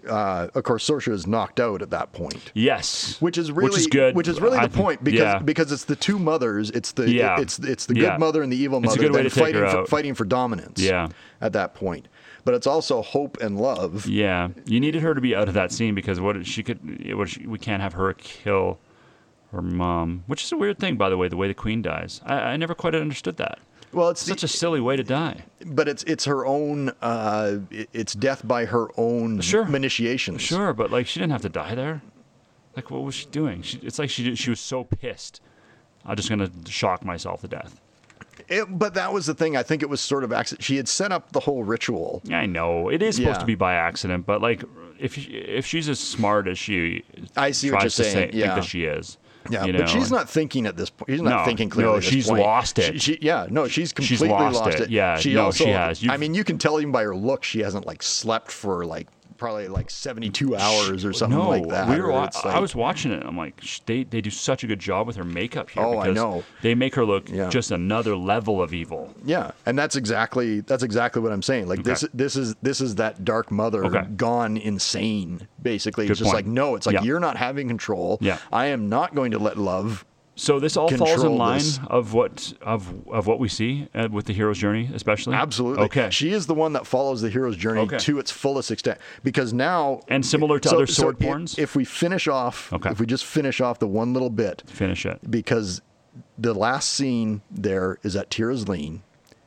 uh, of course Sorsha is knocked out at that point Yes. which is really which is good. which is really I the think- point because yeah. because it's the two mothers it's the Yeah. it's it's the Yeah. good mother and the evil mother It's a good way then to take fighting her for, out. fighting for dominance Yeah. at that point but it's also hope and love yeah, you needed her to be out of that scene because what she could, it was- we can't have her kill her mom, which is a weird thing, by the way. The way the queen dies, I, I never quite understood that. Well, it's Such a silly way to die. but it's it's her own. Uh, it- it's death by her own Sure. initiations. Sure, but like she didn't have to die there. Like what was she doing? She, it's like she did, she was so pissed. I'm just gonna shock myself to death. It, but that was the thing. I think it was sort of accident. She had set up the whole ritual. I know it is supposed Yeah. to be by accident, but like if she, if she's as smart as she I see what tries you're to saying, say, yeah. think that she is. Yeah, you know, but she's and- not thinking at this point. She's not No, thinking clearly. no, at this she's point. lost it. She, she- yeah, no, she's She's completely lost lost it. it. Yeah, no, also, she I has. You've- mean, you can tell even by her look, she hasn't like slept for like probably like seventy-two hours or something no, like that. we were. or wa- it's I like- was watching it. I'm like, sh- they they do such a good job with her makeup here. Oh, I because know. They make her look Yeah. just another level of evil. Yeah, and that's exactly that's exactly what I'm saying. Like this this is this is that dark mother Okay. gone insane. Basically, Good it's just point. like no, it's like Yeah. you're not having control. Yeah. I am not going to let love. So this all falls in Control line this. of what of of what we see uh, with the hero's journey, especially. Absolutely. Okay. She is the one that follows the hero's journey Okay. to its fullest extent because now And similar to other sword i- porns? If we finish off, Okay. if we just finish off the one little bit, Finish it. because the last scene there is at Tira's lean.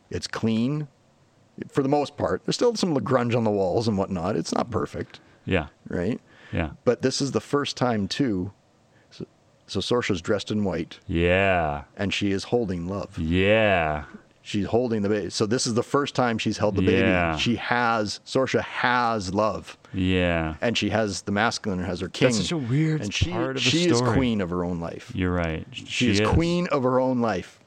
It's clean, for the most part. There's still some grunge on the walls and whatnot. It's not perfect. Yeah. right? Yeah. But this is the first time too. So, so Sorsha's dressed in white, Yeah. and she is holding love. Yeah. She's holding the baby. So this is the first time she's held the Yeah. baby. She has Sorsha has love, Yeah. and she has the masculine, and has her king. such a weird and she, part of the she is story. queen of her own life. You're right. She, She, is, queen of her own life.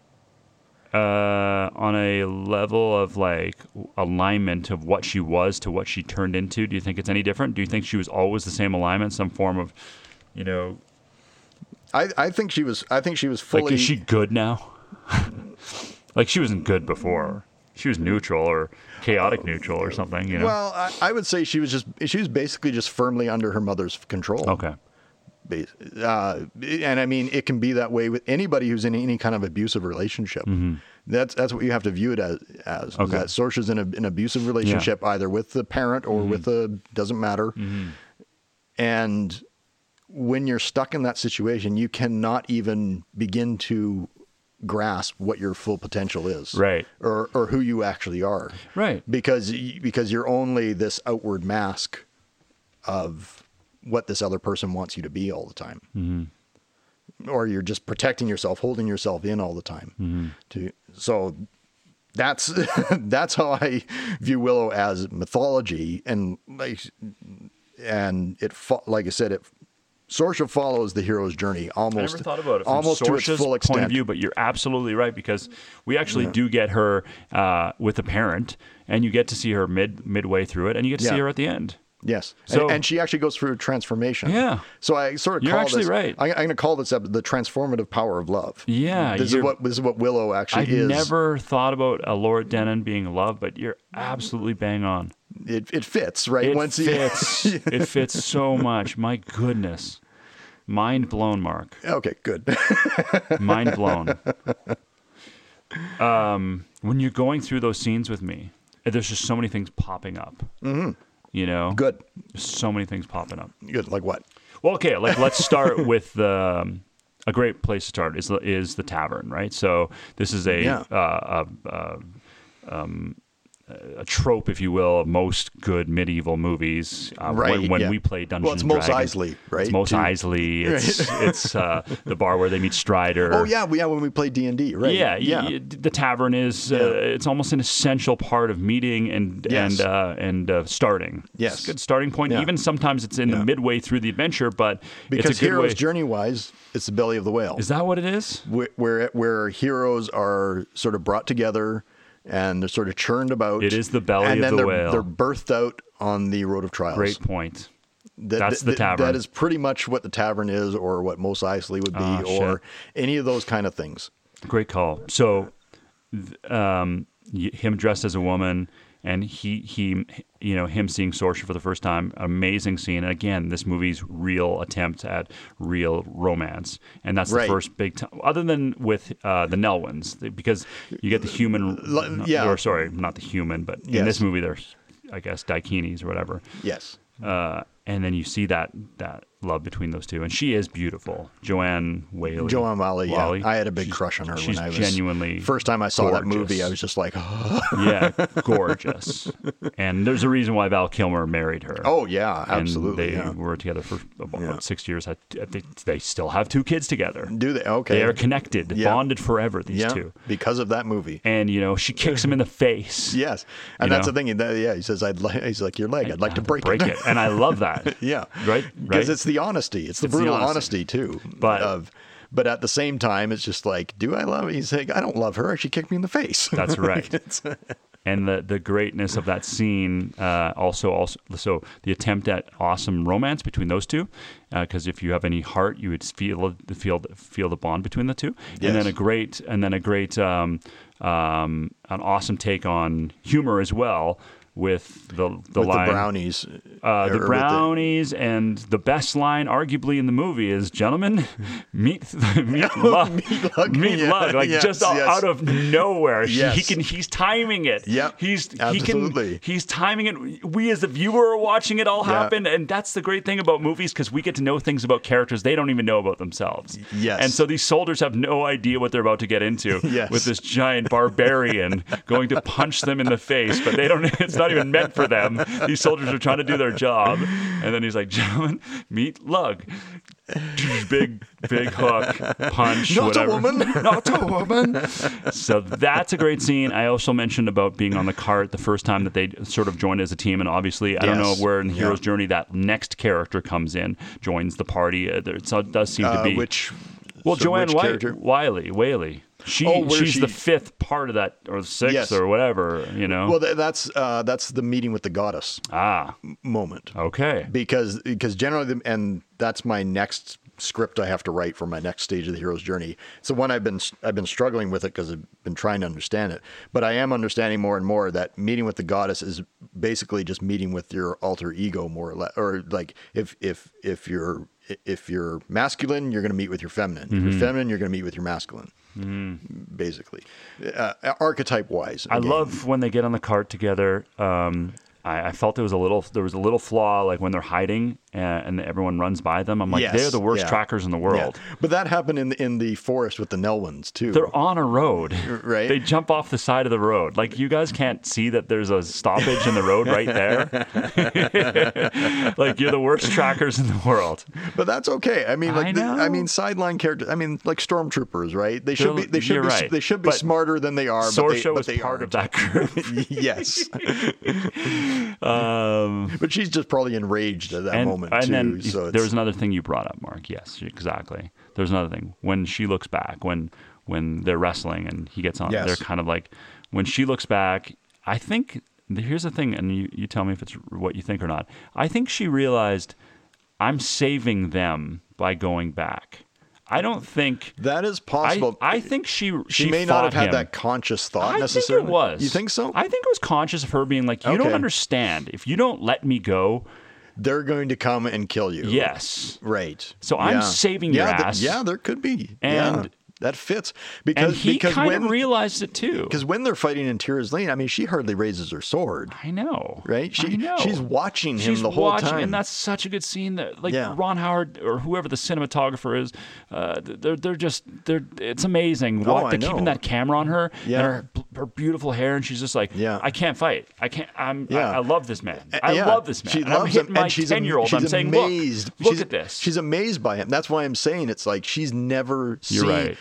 Uh, on a level of like alignment of what she was to what she turned into, do you think it's any different? Do you think she was always the same alignment, some form of, you know, I, I think she was. I think she was fully. like is she good now? like she wasn't good before. She was neutral or chaotic neutral or something, you know. well, I, I would say she was just. She was basically just firmly under her mother's control. okay. bas- uh, and I mean, it can be that way with anybody who's in any kind of abusive relationship. That's that's what you have to view it as. as is Mm-hmm. Okay. That source is in a, an abusive relationship, either with the parent Mm-hmm. or with the doesn't matter. And when you're stuck in that situation, you cannot even begin to grasp what your full potential is, Right. Or or who you actually are, Right. Because y- because you're only this outward mask of what this other person wants you to be all the time. Mm-hmm. Or you're just protecting yourself, holding yourself in all the time. To so that's that's how I view Willow as mythology, and like and it fo- like I said, it Sorsha follows the hero's journey almost. I never thought about it from almost to Sorcha's its full extent. point of view, but you're absolutely right because we actually do get her uh, with a parent, and you get to see her mid midway through it, and you get to see Yeah. her at the end. Yes, So- and, and she actually goes through a transformation. Yeah. So I sort of You're call actually this, right. I, I'm going to call this up the transformative power of love. Yeah, This is you're- what this is what Willow actually I've is. never thought about a Laura Denon being love, but you're absolutely bang on. It, it fits right It once you. fits. it fits so much. My goodness, mind blown, Mark. Okay, good. Mind blown. um, when you're going through those scenes with me, there's just so many things popping up. Mm-hmm. You know, good. so many things popping up. Good. Like what? Well, okay, like let's start with the um, a great place to start is the- is the tavern, right? So this is a Yeah. uh, a, a, um, a trope, if you will, of most good medieval movies. Uh, When, Right, when yeah. we play Dungeons Well, it's and Mos Dragons, Eisley, right, It's Mos too? Eisley. It's it's uh, the bar where they meet Strider. Oh yeah, we- yeah. When we play D and D, right? Yeah, yeah. yeah. the tavern is uh, it's almost an essential part of meeting and Yes. and uh, and uh, starting. Yes. it's a good starting point. Yeah. Even sometimes it's in the midway through the adventure, but because it's a good heroes way. journey wise, it's the belly of the whale. Is that what it is? where, where where heroes are sort of brought together and they're sort of churned about. It is the belly and of then the they're, whale. They're birthed out on the road of trials. Great point. That- That's the that- tavern. That is pretty much what the tavern is, or what Mos Eisley would be, Ah, shit. or any of those kind of things. Great call. So, th- um, y- him dressed as a woman, and he he you know him seeing Sorsha for the first time. Amazing scene. And again, this movie's real attempt at real romance, and that's Right. the first big time. Other than with uh, the Nelwins, th- because you get the human. L- not- yeah. Or sorry, not the human, but in Yes. this movie, they're I guess daikinis or whatever. Yes. uh, and then you see that that love between those two, and she is beautiful, Joanne Whaley. Joanne Wally, Wally. yeah. I had a big She's- crush on her she's when I was genuinely first time I saw that movie. gorgeous. I was just like, yeah, gorgeous. And there's a reason why Val Kilmer married her. oh yeah, and absolutely. They yeah. were together for about six years. I I think They still have two kids together. Do they? Okay, They are connected, Yeah. bonded forever. These yeah, two. because of that movie. And you know, she kicks him in the face. Yes, and You that's know? the thing. that- Yeah, he says, "I'd like." He's like, "Your leg. I'd like to break, Uh, break it. And I love that. Yeah, Right? Because Right? it's the honesty. It's the the brutal honesty. honesty. too. But- of, but at the same time, it's just like, do I love? He's like, I don't love her. She kicked me in the face. That's right. It's- and the the greatness of that scene uh, also also so the attempt at awesome romance between those two because if you have any heart you would feel the feel feel the bond between the two and then Yes. a great and then a great um, um, an awesome take on humor as well with the the with line the brownies. uh, or the with brownies and the best line, arguably in the movie, is "Gentlemen, meet meet Lug, meet Lug, Lug, yeah, like yes, just out- yes. out of nowhere. He- He, Yes. can he's timing it. Yep, he's he absolutely. can he's timing it. We as the viewer are watching it all Yeah. happen, and that's the great thing about movies because we get to know things about characters they don't even know about themselves. yes. and so these soldiers have no idea what they're about to get into Yes. with this giant barbarian going to punch them in the face, but they don't. It's not even meant for them. These soldiers are trying to do their job, and then he's like, "Gentlemen, meet Lug." big, big hook, punch, Not whatever. a woman. Not a woman. so that's a great scene. I also mentioned about being on the cart the first time that they sort of joined as a team, and obviously, I don't know Yes. where in the Yeah. hero's journey that next character comes in, joins the party. Uh, there, so it does seem to Uh, be which? well, so Joanne which Wi- character? Wiley, Whaley. She, Oh, where she's the she- fifth part of that, or sixth, Yes. or whatever. You know. Well, th- that's uh, that's the meeting with the goddess ah, moment. okay. because because generally the, and that's my next script I have to write for my next stage of the hero's journey. It's the one I've been I've been struggling with it because I've been trying to understand it, but I am understanding more and more that meeting with the goddess is basically just meeting with your alter ego more or less, or like if if if you're if you're masculine, you're going to meet with your feminine. If Mm-hmm. you're feminine, you're going to meet with your masculine. Basically, uh, archetype wise. I love when they get on the cart together. Um, I, I felt there was a little there was a little flaw, like when they're hiding uh, and, and everyone runs by them. I'm like, Yes, they're the worst yeah. trackers in the world. but that happened in the, in the forest with the Nelwins too. They're on a road. Right. They jump off the side of the road. Like you guys can't see that there's a stoppage in the road right there. like you're the worst trackers in the world. But that's okay. I mean, like, I I, the, I know. mean, sideline characters. I mean, like stormtroopers, right? They should They're- be. They should you're be. right. They should be But smarter than they are. but they, Sorsha but was they part of aren't. that group. yes, Um, but she's just probably enraged at that and, moment and too. then so it's, there was another thing you brought up, Mark. Yes, exactly. There's another thing when she looks back when when they're wrestling and he gets on. Yes. They're kind of like when she looks back. I think here's the thing, and you, you tell me if it's what you think or not. I think she realized I'm saving them by going back. I don't think. that is I, possible. I think she she, she may not fought have had him. that conscious thought I necessarily. Think it was. You think so? I think it was conscious of her being like, you don't Okay. understand. If you don't let me go, They're going to come and kill you. yes, Right. So I'm Yeah. saving yeah, your th- ass. yeah, there could be. yeah, And- that fits and because he because kind when of realized it too. because when they're fighting in Tira's lane, I mean, she hardly raises her sword. I know, Right? She I know. she's watching him She's the whole watching, time. and that's such a good scene. That like Yeah. Ron Howard or whoever the cinematographer is, uh, they're they're just they're it's amazing. What Oh, I they're keeping know. that camera on her, Yeah. and her, her beautiful hair, and she's just like, Yeah. I can't fight. I can't. I'm. Yeah. I, I love this man. I Yeah, love this man. She and I'm loves hitting him, my and she's am- ten year old. she's I'm saying, amazed. look, look she's, at this. She's amazed by him. That's why I'm saying it's like she's never You're seen. right.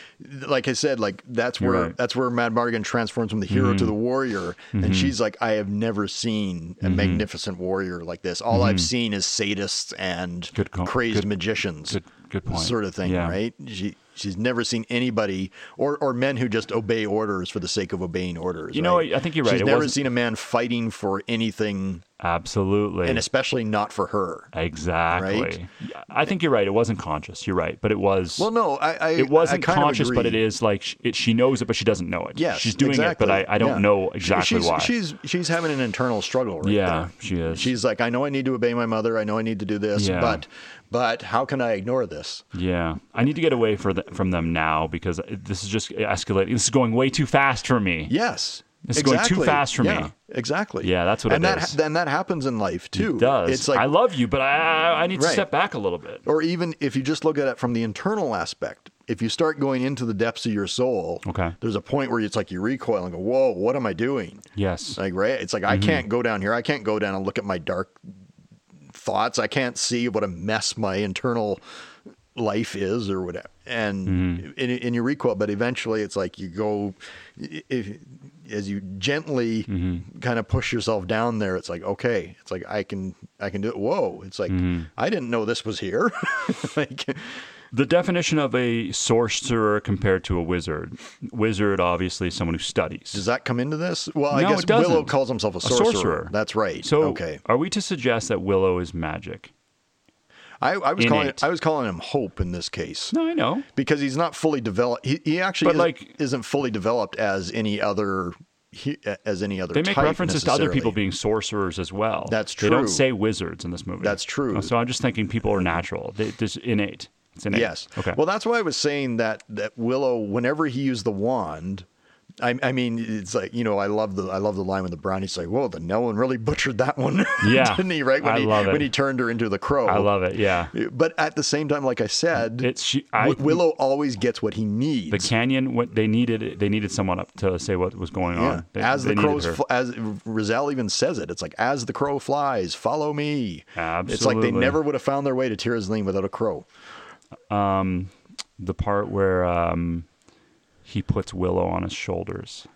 Like I said, like that's where right. Mm-hmm. that's where Mad Morgan transforms from the hero to the warrior, and she's like, I have never seen Mm-hmm. a magnificent warrior like this. All I've seen is sadists and Good co- crazed good- magicians. good- good point. Sort of thing, Yeah. right? She. She's never seen anybody, or, or men who just obey orders for the sake of obeying orders. You know, right? I think you're right. She's It never wasn't- seen a man fighting for anything Absolutely. and especially not for her. Exactly. Right? I think you're right. It wasn't conscious. You're right, but it was. Well, no, I, I it wasn't I kind of conscious, but it agree. is like she, it, she knows it, but she doesn't know it. Yes, she's doing exactly. it, but I, I don't Yeah. know She- exactly she's, why. She's she's having an internal struggle, right yeah, there. she is. She's like, I know I need to obey my mother. I know I need to do this, Yeah. but but how can I ignore this? yeah, I need to get away for the, from them now because this is just escalating. This is going way too fast for me. Yes, This is going too fast for yeah, me. Exactly. Yeah, that's what and it that, is. Then that happens in life too. It does. It's like I love you, but I I need to Right. step back a little bit. or even if you just look at it from the internal aspect, if you start going into the depths of your soul, Okay. there's a point where it's like you recoil and go, "Whoa, what am I doing?" Yes. Like right, it's like I Mm-hmm. can't go down here. I can't go down and look at my dark thoughts. I can't see what a mess my internal life is or whatever. And Mm-hmm. in, in your recoil, but eventually it's like you go if as you gently Mm-hmm. kind of push yourself down there. It's like okay, it's like I can I can do it. Whoa, it's like Mm-hmm. I didn't know this was here. like The definition of a sorcerer compared to a wizard. Wizard, obviously, someone who studies. does that come into this? Well, I No, guess it doesn't. Willow calls himself a sorcerer. sorcerer. That's right. So, okay. are we to suggest that Willow is magic? I, I was calling innate. I was calling him hope in this case. No, I know. because he's not fully developed. He, he actually But, isn't, like- isn't fully developed as any other he, as any other. They make type references to other people necessarily. being sorcerers as well. That's They don't true. say wizards in this movie. Uh, That's true. So I'm just thinking people are natural. They, this innate. It's innate. Yes. Okay. Well, that's why I was saying that that Willow, whenever he used the wand. I, I mean, it's like you know, I love the I love the line when the brownie's like, "Whoa, the no one really butchered that one, Yeah. didn't he?" Right when I he love it. when he turned her into the crow. I love it. Yeah. But at the same time, like I said, It's she. I, Wi- Willow always gets what he needs. the canyon. What they needed. They needed someone up to say what was going Yeah. on. They, as they the needed crows, her. fl- as Rizal even says it, it's like as the crow flies, follow me. It's like Absolutely. they never would have found their way to Tyr's Lane without a crow. the part where um, he puts Willow on his shoulders.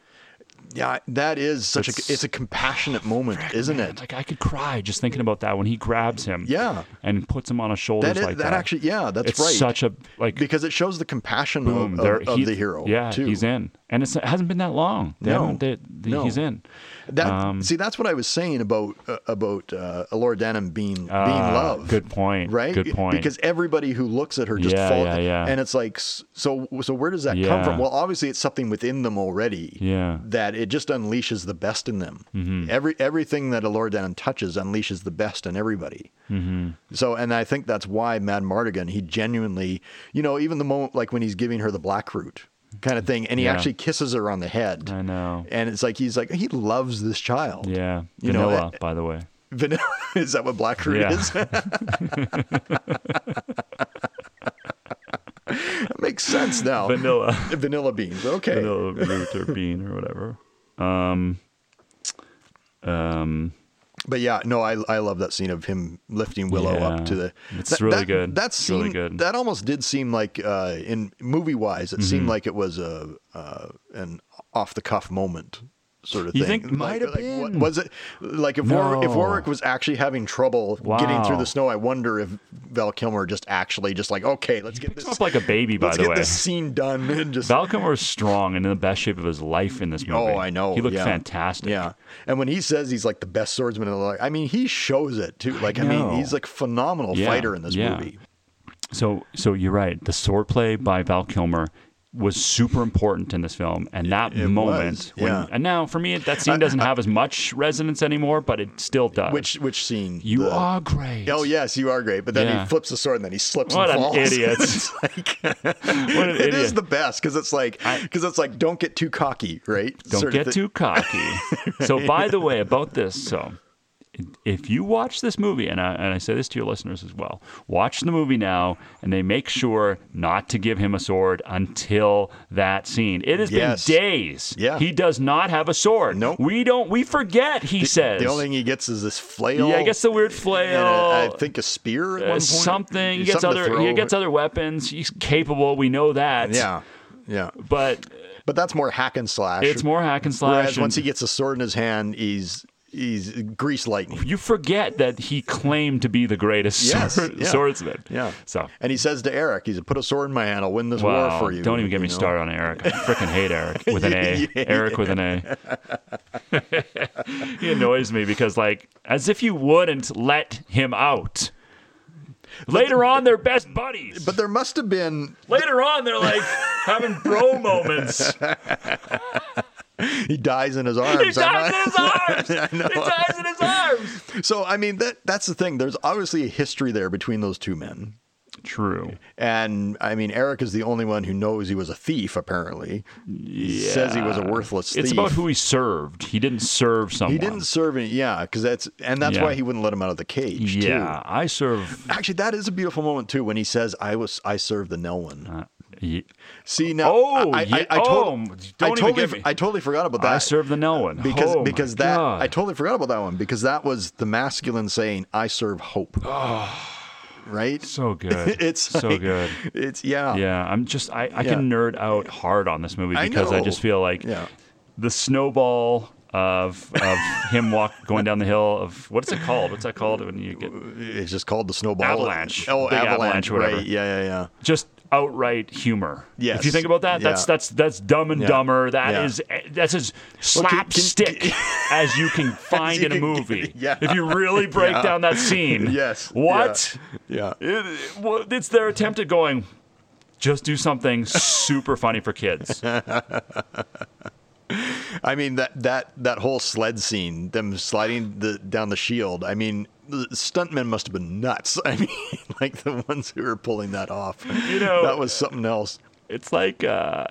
Yeah, that is such It's- a it's a compassionate moment, isn't it? Like I could cry just thinking about that when he grabs him. Yeah. And puts him on his shoulders That is, like that, actually, yeah, that's it's right. such a like because it shows the compassion of- boom. of, there of he- the hero. Yeah, too. he's in, and it's, it hasn't been that long. They No. haven't- they- they- No. he's in. That, um, see, that's what I was saying about uh, about uh, Laura Denham being being Ah, loved. Good point. right? Good point. Because everybody who looks at her just Yeah, falls. yeah, yeah. And it's like, s- so so where does that come Yeah. from? Well, obviously it's something within them already. Yeah. Mm-hmm. That it just unleashes the best in them. Every everything that Alora Dannon touches unleashes the best in everybody. Mm-hmm. So, and I think that's why Mad Mardigan he genuinely, you know, even the moment like when he's giving her the black root kind of thing, and he Yeah. actually kisses her on the head. I know. And it's like he's like he loves this child. yeah, You know, vanilla. eh, by the way, Vanilla is that what black root Yeah. is? that makes sense now. vanilla, Vanilla beans. Okay. vanilla root or bean or whatever. But yeah, no, I I love that scene of him lifting Willow Yeah. up to the. It's really that, good. That It's scene, really good. that almost did seem like uh, in movie wise, it Mm-hmm. seemed like it was a uh, an off the cuff moment sort of You thing. think it might Like- have like, what- been. was it like if Warwick, if No. Warwick was actually having trouble getting through Wow. the snow? I wonder if Val Kilmer just actually just like okay, let's get It's this up like a baby, by let's the get way. this scene done and just Valcomer is strong and in the best shape of his life in this movie. Oh, I know, He looked yeah. fantastic. Yeah, and when he says he's like the best swordsman in the life, I mean he shows it too. Like I, mean know. he's like a phenomenal Yeah, fighter in this yeah. movie. So, so you're right. The swordplay by Val Kilmer was super important in this film, and that it moment. was, when, yeah. And now, for me, that scene doesn't have as much resonance anymore, but it still does. Which which scene? you The- are great. Oh yes, you are great. But then Yeah. he flips the sword and then he slips What and an falls. idiot. it's like, What an it idiot. is the best because it's like because it's like don't get too cocky, right? Don't Sort of get thi- too cocky. so, by the way, about this, so if you watch this movie, and I, and I say this to your listeners as well, watch the movie now, and they make sure not to give him a sword until that scene. It has Yes. been days. Yeah. he does not have a sword. Nope. we don't. We forget. He says The only thing he gets is this flail. Yeah, I guess the weird and flail. a- I think a spear at uh, one point. something. He gets Something to other. He throw. gets other weapons. He's capable. We know that. Yeah, yeah. but But that's more hack and slash. it's more hack and slash. Whereas and- once he gets a sword in his hand, he's he's grease lightning. you forget that he claimed to be the greatest Yes, sword- yeah. swordsman. Yeah. So And he says to Eric, "He's put a sword in my hand. I'll win this wow, war for you." don't even get you me know? started on Eric. I freaking hate Eric with an A. Eric with an A. he annoys me because like as if you wouldn't let him out. Later on, they're best buddies. But there must have been. Later on, they're like having bro moments. He dies in his arms. He I'm dies in his arms. know. He dies in his arms. not- so I mean that that's the thing. There's obviously a history there between those two men. True. And I mean, Eric is the only one who knows he was a thief. Apparently, yeah. says he was a worthless thief. It's about who he served. He didn't serve someone. he didn't serve any. Yeah, because that's and that's Yeah. why he wouldn't let him out of the cage. too. Yeah, I serve. Actually, that is a beautiful moment too when he says, "I was I served the Nelwyn." Uh, ye- See now, Oh, I, I, yeah. I, I, tot- Oh, m- I don't even totally, get me. I totally forgot about that. I serve the no one because Oh, my because that God. I totally forgot about that one because that was the masculine saying, "I serve hope." right? Ah. so good. it's so like- good. It's yeah. Yeah, I'm just I, I can Yeah. nerd out hard on this movie I because I, know. just feel like Yeah. the snowball of of him walk going down the hill of what's it called? What's that called when you get It's just called the snowball Avalanche. Oh, Big avalanche, avalanche, whatever. Right? Yeah, yeah, yeah. just outright humor? If you Yes. think about that, that's Yeah. that's that's Dumb and Yeah. Dumber. That Yeah. is eh, that's as Well, can- can- slapstick as you can find you in a can get- movie. yeah. If you really break down that scene, Yes. What? Yeah. yeah. It, well, it's their attempt at going, just do something super funny for kids. I mean that that that whole sled scene, them sliding the down the shield. I mean, the stuntmen must have been nuts. I mean, like the ones who were pulling that off. You know- that was something else. It's like uh,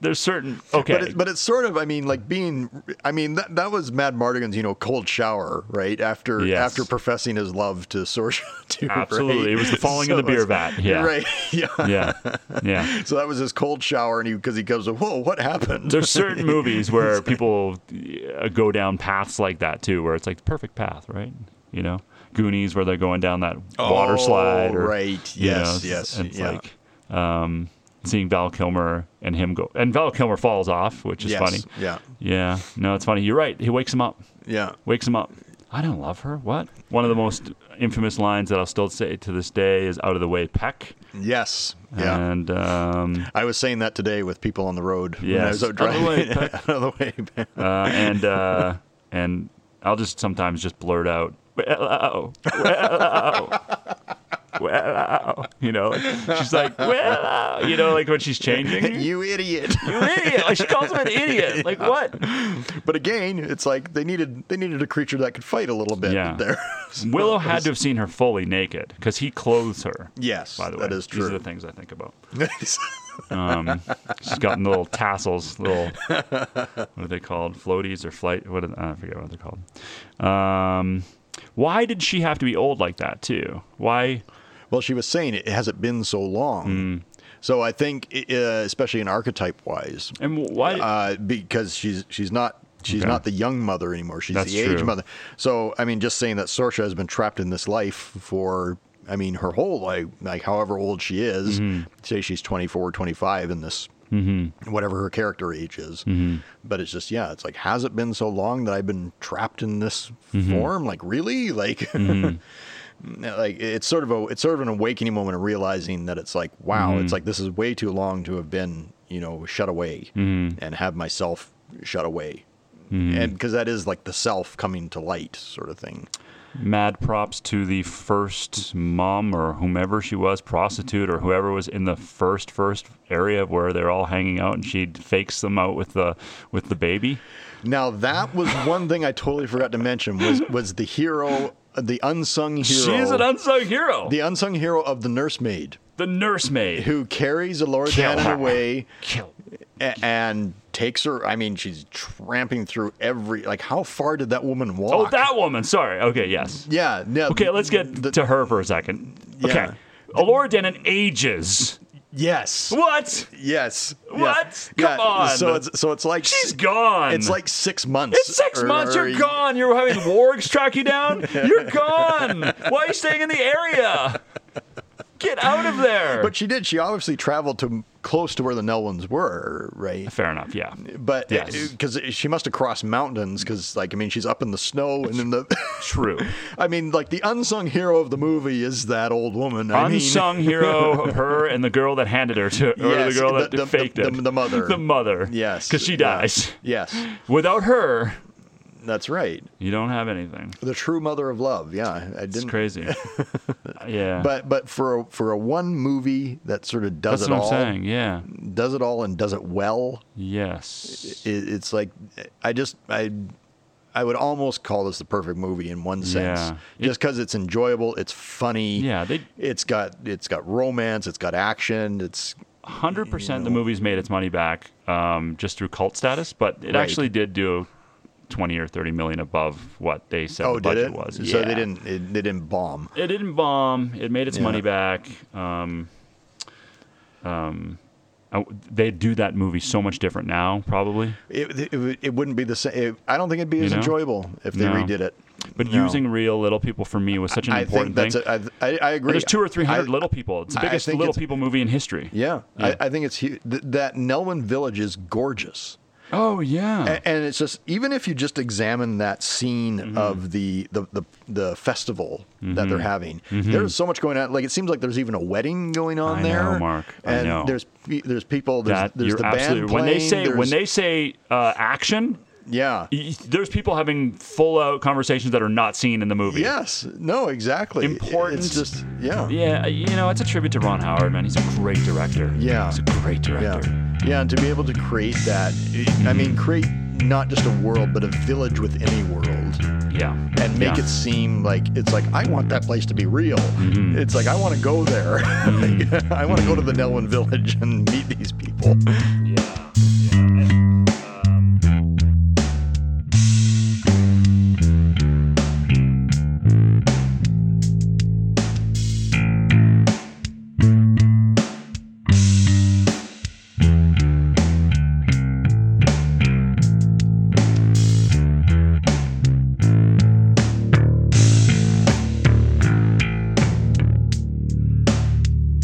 there's certain okay, Oh, But it, but it's sort of I mean like being I mean that that was Mad Mardigan's you know cold shower right after Yes. after professing his love to Sorcha too right? Absolutely. It was the falling of the beer it's- vat. Yeah. right yeah yeah, yeah. so that was his cold shower and he because he goes whoa what happened There's certain movies where people uh, go down paths like that too, where it's like the perfect path, right? You know, Goonies where they're going down that water Oh, slide, or, right. you know, Yes, it's- yes, It's yeah. like um, seeing Val Kilmer and him go, and Val Kilmer falls off, which is Yes, funny. yeah Yeah, no, it's funny. You're right. He wakes him up. yeah wakes him up. I don't love her. What? One of the most infamous lines that I'll still say to this day is "out of the way, peck." yes yeah. And um, I was saying that today with people on the road when I Yes. was out Out of the driving. way, Out of the way, man. uh, and uh, and I'll just sometimes just blurt out, "Well, oh, well, oh, well, oh," you know, like, she's like, well, oh," you know, like when she's changing. you idiot! You idiot! Like she calls him an idiot. Like what? But again, it's like they needed they needed a creature that could fight a little bit Yeah. there. Willow had to have seen her fully naked because he clothes her. yes, By the way, that is These are true. the things I think about. Um, she's got little tassels, little what are they called? Floaties or flight? What are, I forget what they're called. Um, why did she have to be old like that too? Why? well, she was saying it hasn't been so long. Hmm. So I think, i- uh, especially in archetype wise, And wh- why? uh, because she's she's not she's Okay. not the young mother anymore. She's That's the aged true. mother. So I mean, just saying that Sorsha has been trapped in this life for I mean her whole life, like however old she is. Mm-hmm. Say she's 24, 25 in this. Whatever her character age is, Mm-hmm. but it's just yeah, it's like has it been so long that I've been trapped in this Mm-hmm. form? Like really? Like, like it's sort of a it's sort of an awakening moment of realizing that it's like wow, it's Mm-hmm. like this is way too long to have been you know shut away Mm-hmm. and have myself shut away, and because that is like the self coming to light sort of thing. mad props to the first mom or whomever she was, prostitute or whoever was in the first first area where they're all hanging out, and she fakes them out with the with the baby. Now that was one thing I totally forgot to mention was was the hero, the unsung hero. She is an unsung hero. the The, unsung hero of the nursemaid nursemaid. who carries Alora Kill Dannon her. away Kill. a- and takes her. I mean, she's tramping through every like. How far did that woman walk? Oh, that woman. Sorry. Okay. Yes. Yeah, yeah. Okay, let's get the, to her for a second. Okay. Yeah. Alora Denon ages. yes, What? yes, What? yeah. Come on. So it's so it's like She's gone. It's like six months. It's six or- months. or- You're gone. You're having wargs track you down. You're gone. Why are you staying in the area? Get out of there. But she did. She obviously traveled to close to where the Nelwins were, right? Fair enough. Yeah. But Yes. because she must have crossed mountains, because like I mean, she's up in the snow and in the. True. I mean, like the unsung hero of the movie is that old woman. I mean, Unsung hero of her and the girl that handed her to, or Yes, the girl the- that the- faked the- it. the mother. The mother. Yes, Because she yeah. dies. Yes, Without her, that's right. you don't have anything. The true mother of love. Yeah, I didn't. It's crazy. yeah. But but for a, for a one movie that sort of does That's it what I'm all, saying. Yeah. does it all and does it well. Yes. It, it's like I just I I would almost call this the perfect movie in one sense, Yeah. just because it's enjoyable, it's funny, Yeah, they- it's got it's got romance, it's got action, it's hundred percent the movie's made its money back um, just through cult status, but it Right. actually did do twenty or thirty million above what they said oh, the did budget it? was. So Yeah. they didn't it, they didn't bomb. It didn't bomb. It made its Yeah. money back. Um, um, I- they do that movie so much different now, probably. It it, would- it wouldn't be the same. It, I don't think it'd be as know? enjoyable if they No. redid it. But No. using real little people for me was such an I think important that's thing. a, I, I, I agree. And there's two or three hundred I- little people. It's I- the I biggest think little it's- people movie in history. Yeah, Yeah. I, I think it's huge. Th- that Nelwyn Village is gorgeous. Oh yeah. A- and it's just even if you just examine that scene Mm-hmm. of the the the, the festival that they're having, there's so much going on. Like it seems like there's even a wedding going on Mm-hmm. I know, there, Mark. I And know. there's pe- there's people. There's, that there's you're the absolutely band when playing. they say when there's- they say uh, action, yeah y- there's people having full out conversations that are not seen in the movie. yes no exactly Important. It's just yeah Yeah, uh, you know, it's a tribute to Ron Howard, man. He's a great director. Yeah. He's a great yeah director. yeah and to be able to create that, I mean create not just a world but a village within a world. Yeah. and make Yeah. it seem like it's like I want that place to be real. Mm-hmm. It's like I want to go there. I want to go to the Nelwyn Village and meet these people. Yeah.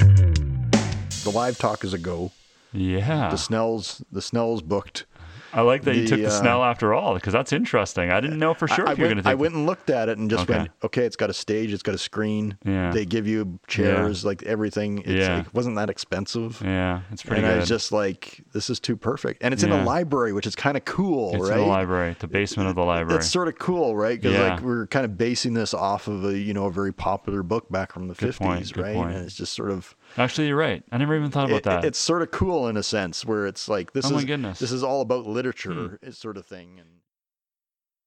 The live talk is a go. Yeah. The Snell's the Snell's booked. I like that you the, took the uh, Snell after all because that's interesting. I didn't know for sure I, I if you were went, going to I take went and looked at it and just Okay. went, okay, it's got a stage, it's got a screen. Yeah. They give you chairs, like everything. It's Yeah. like, wasn't that expensive? Yeah, it's pretty And I good. was just like, this is too perfect. And it's in a Yeah. library, which is kind of cool, it's right? in the library, the basement of the library. That's sort of cool, right? Because Yeah. like we're kind of basing this off of a you know a very popular book back from the point, fifties, good right? point. And it's just sort of Actually, you're right. I never even thought about it- that. it's sort of cool in a sense where it's like this Oh my is goodness. Hmm. this is all about literature, is sort of thing. And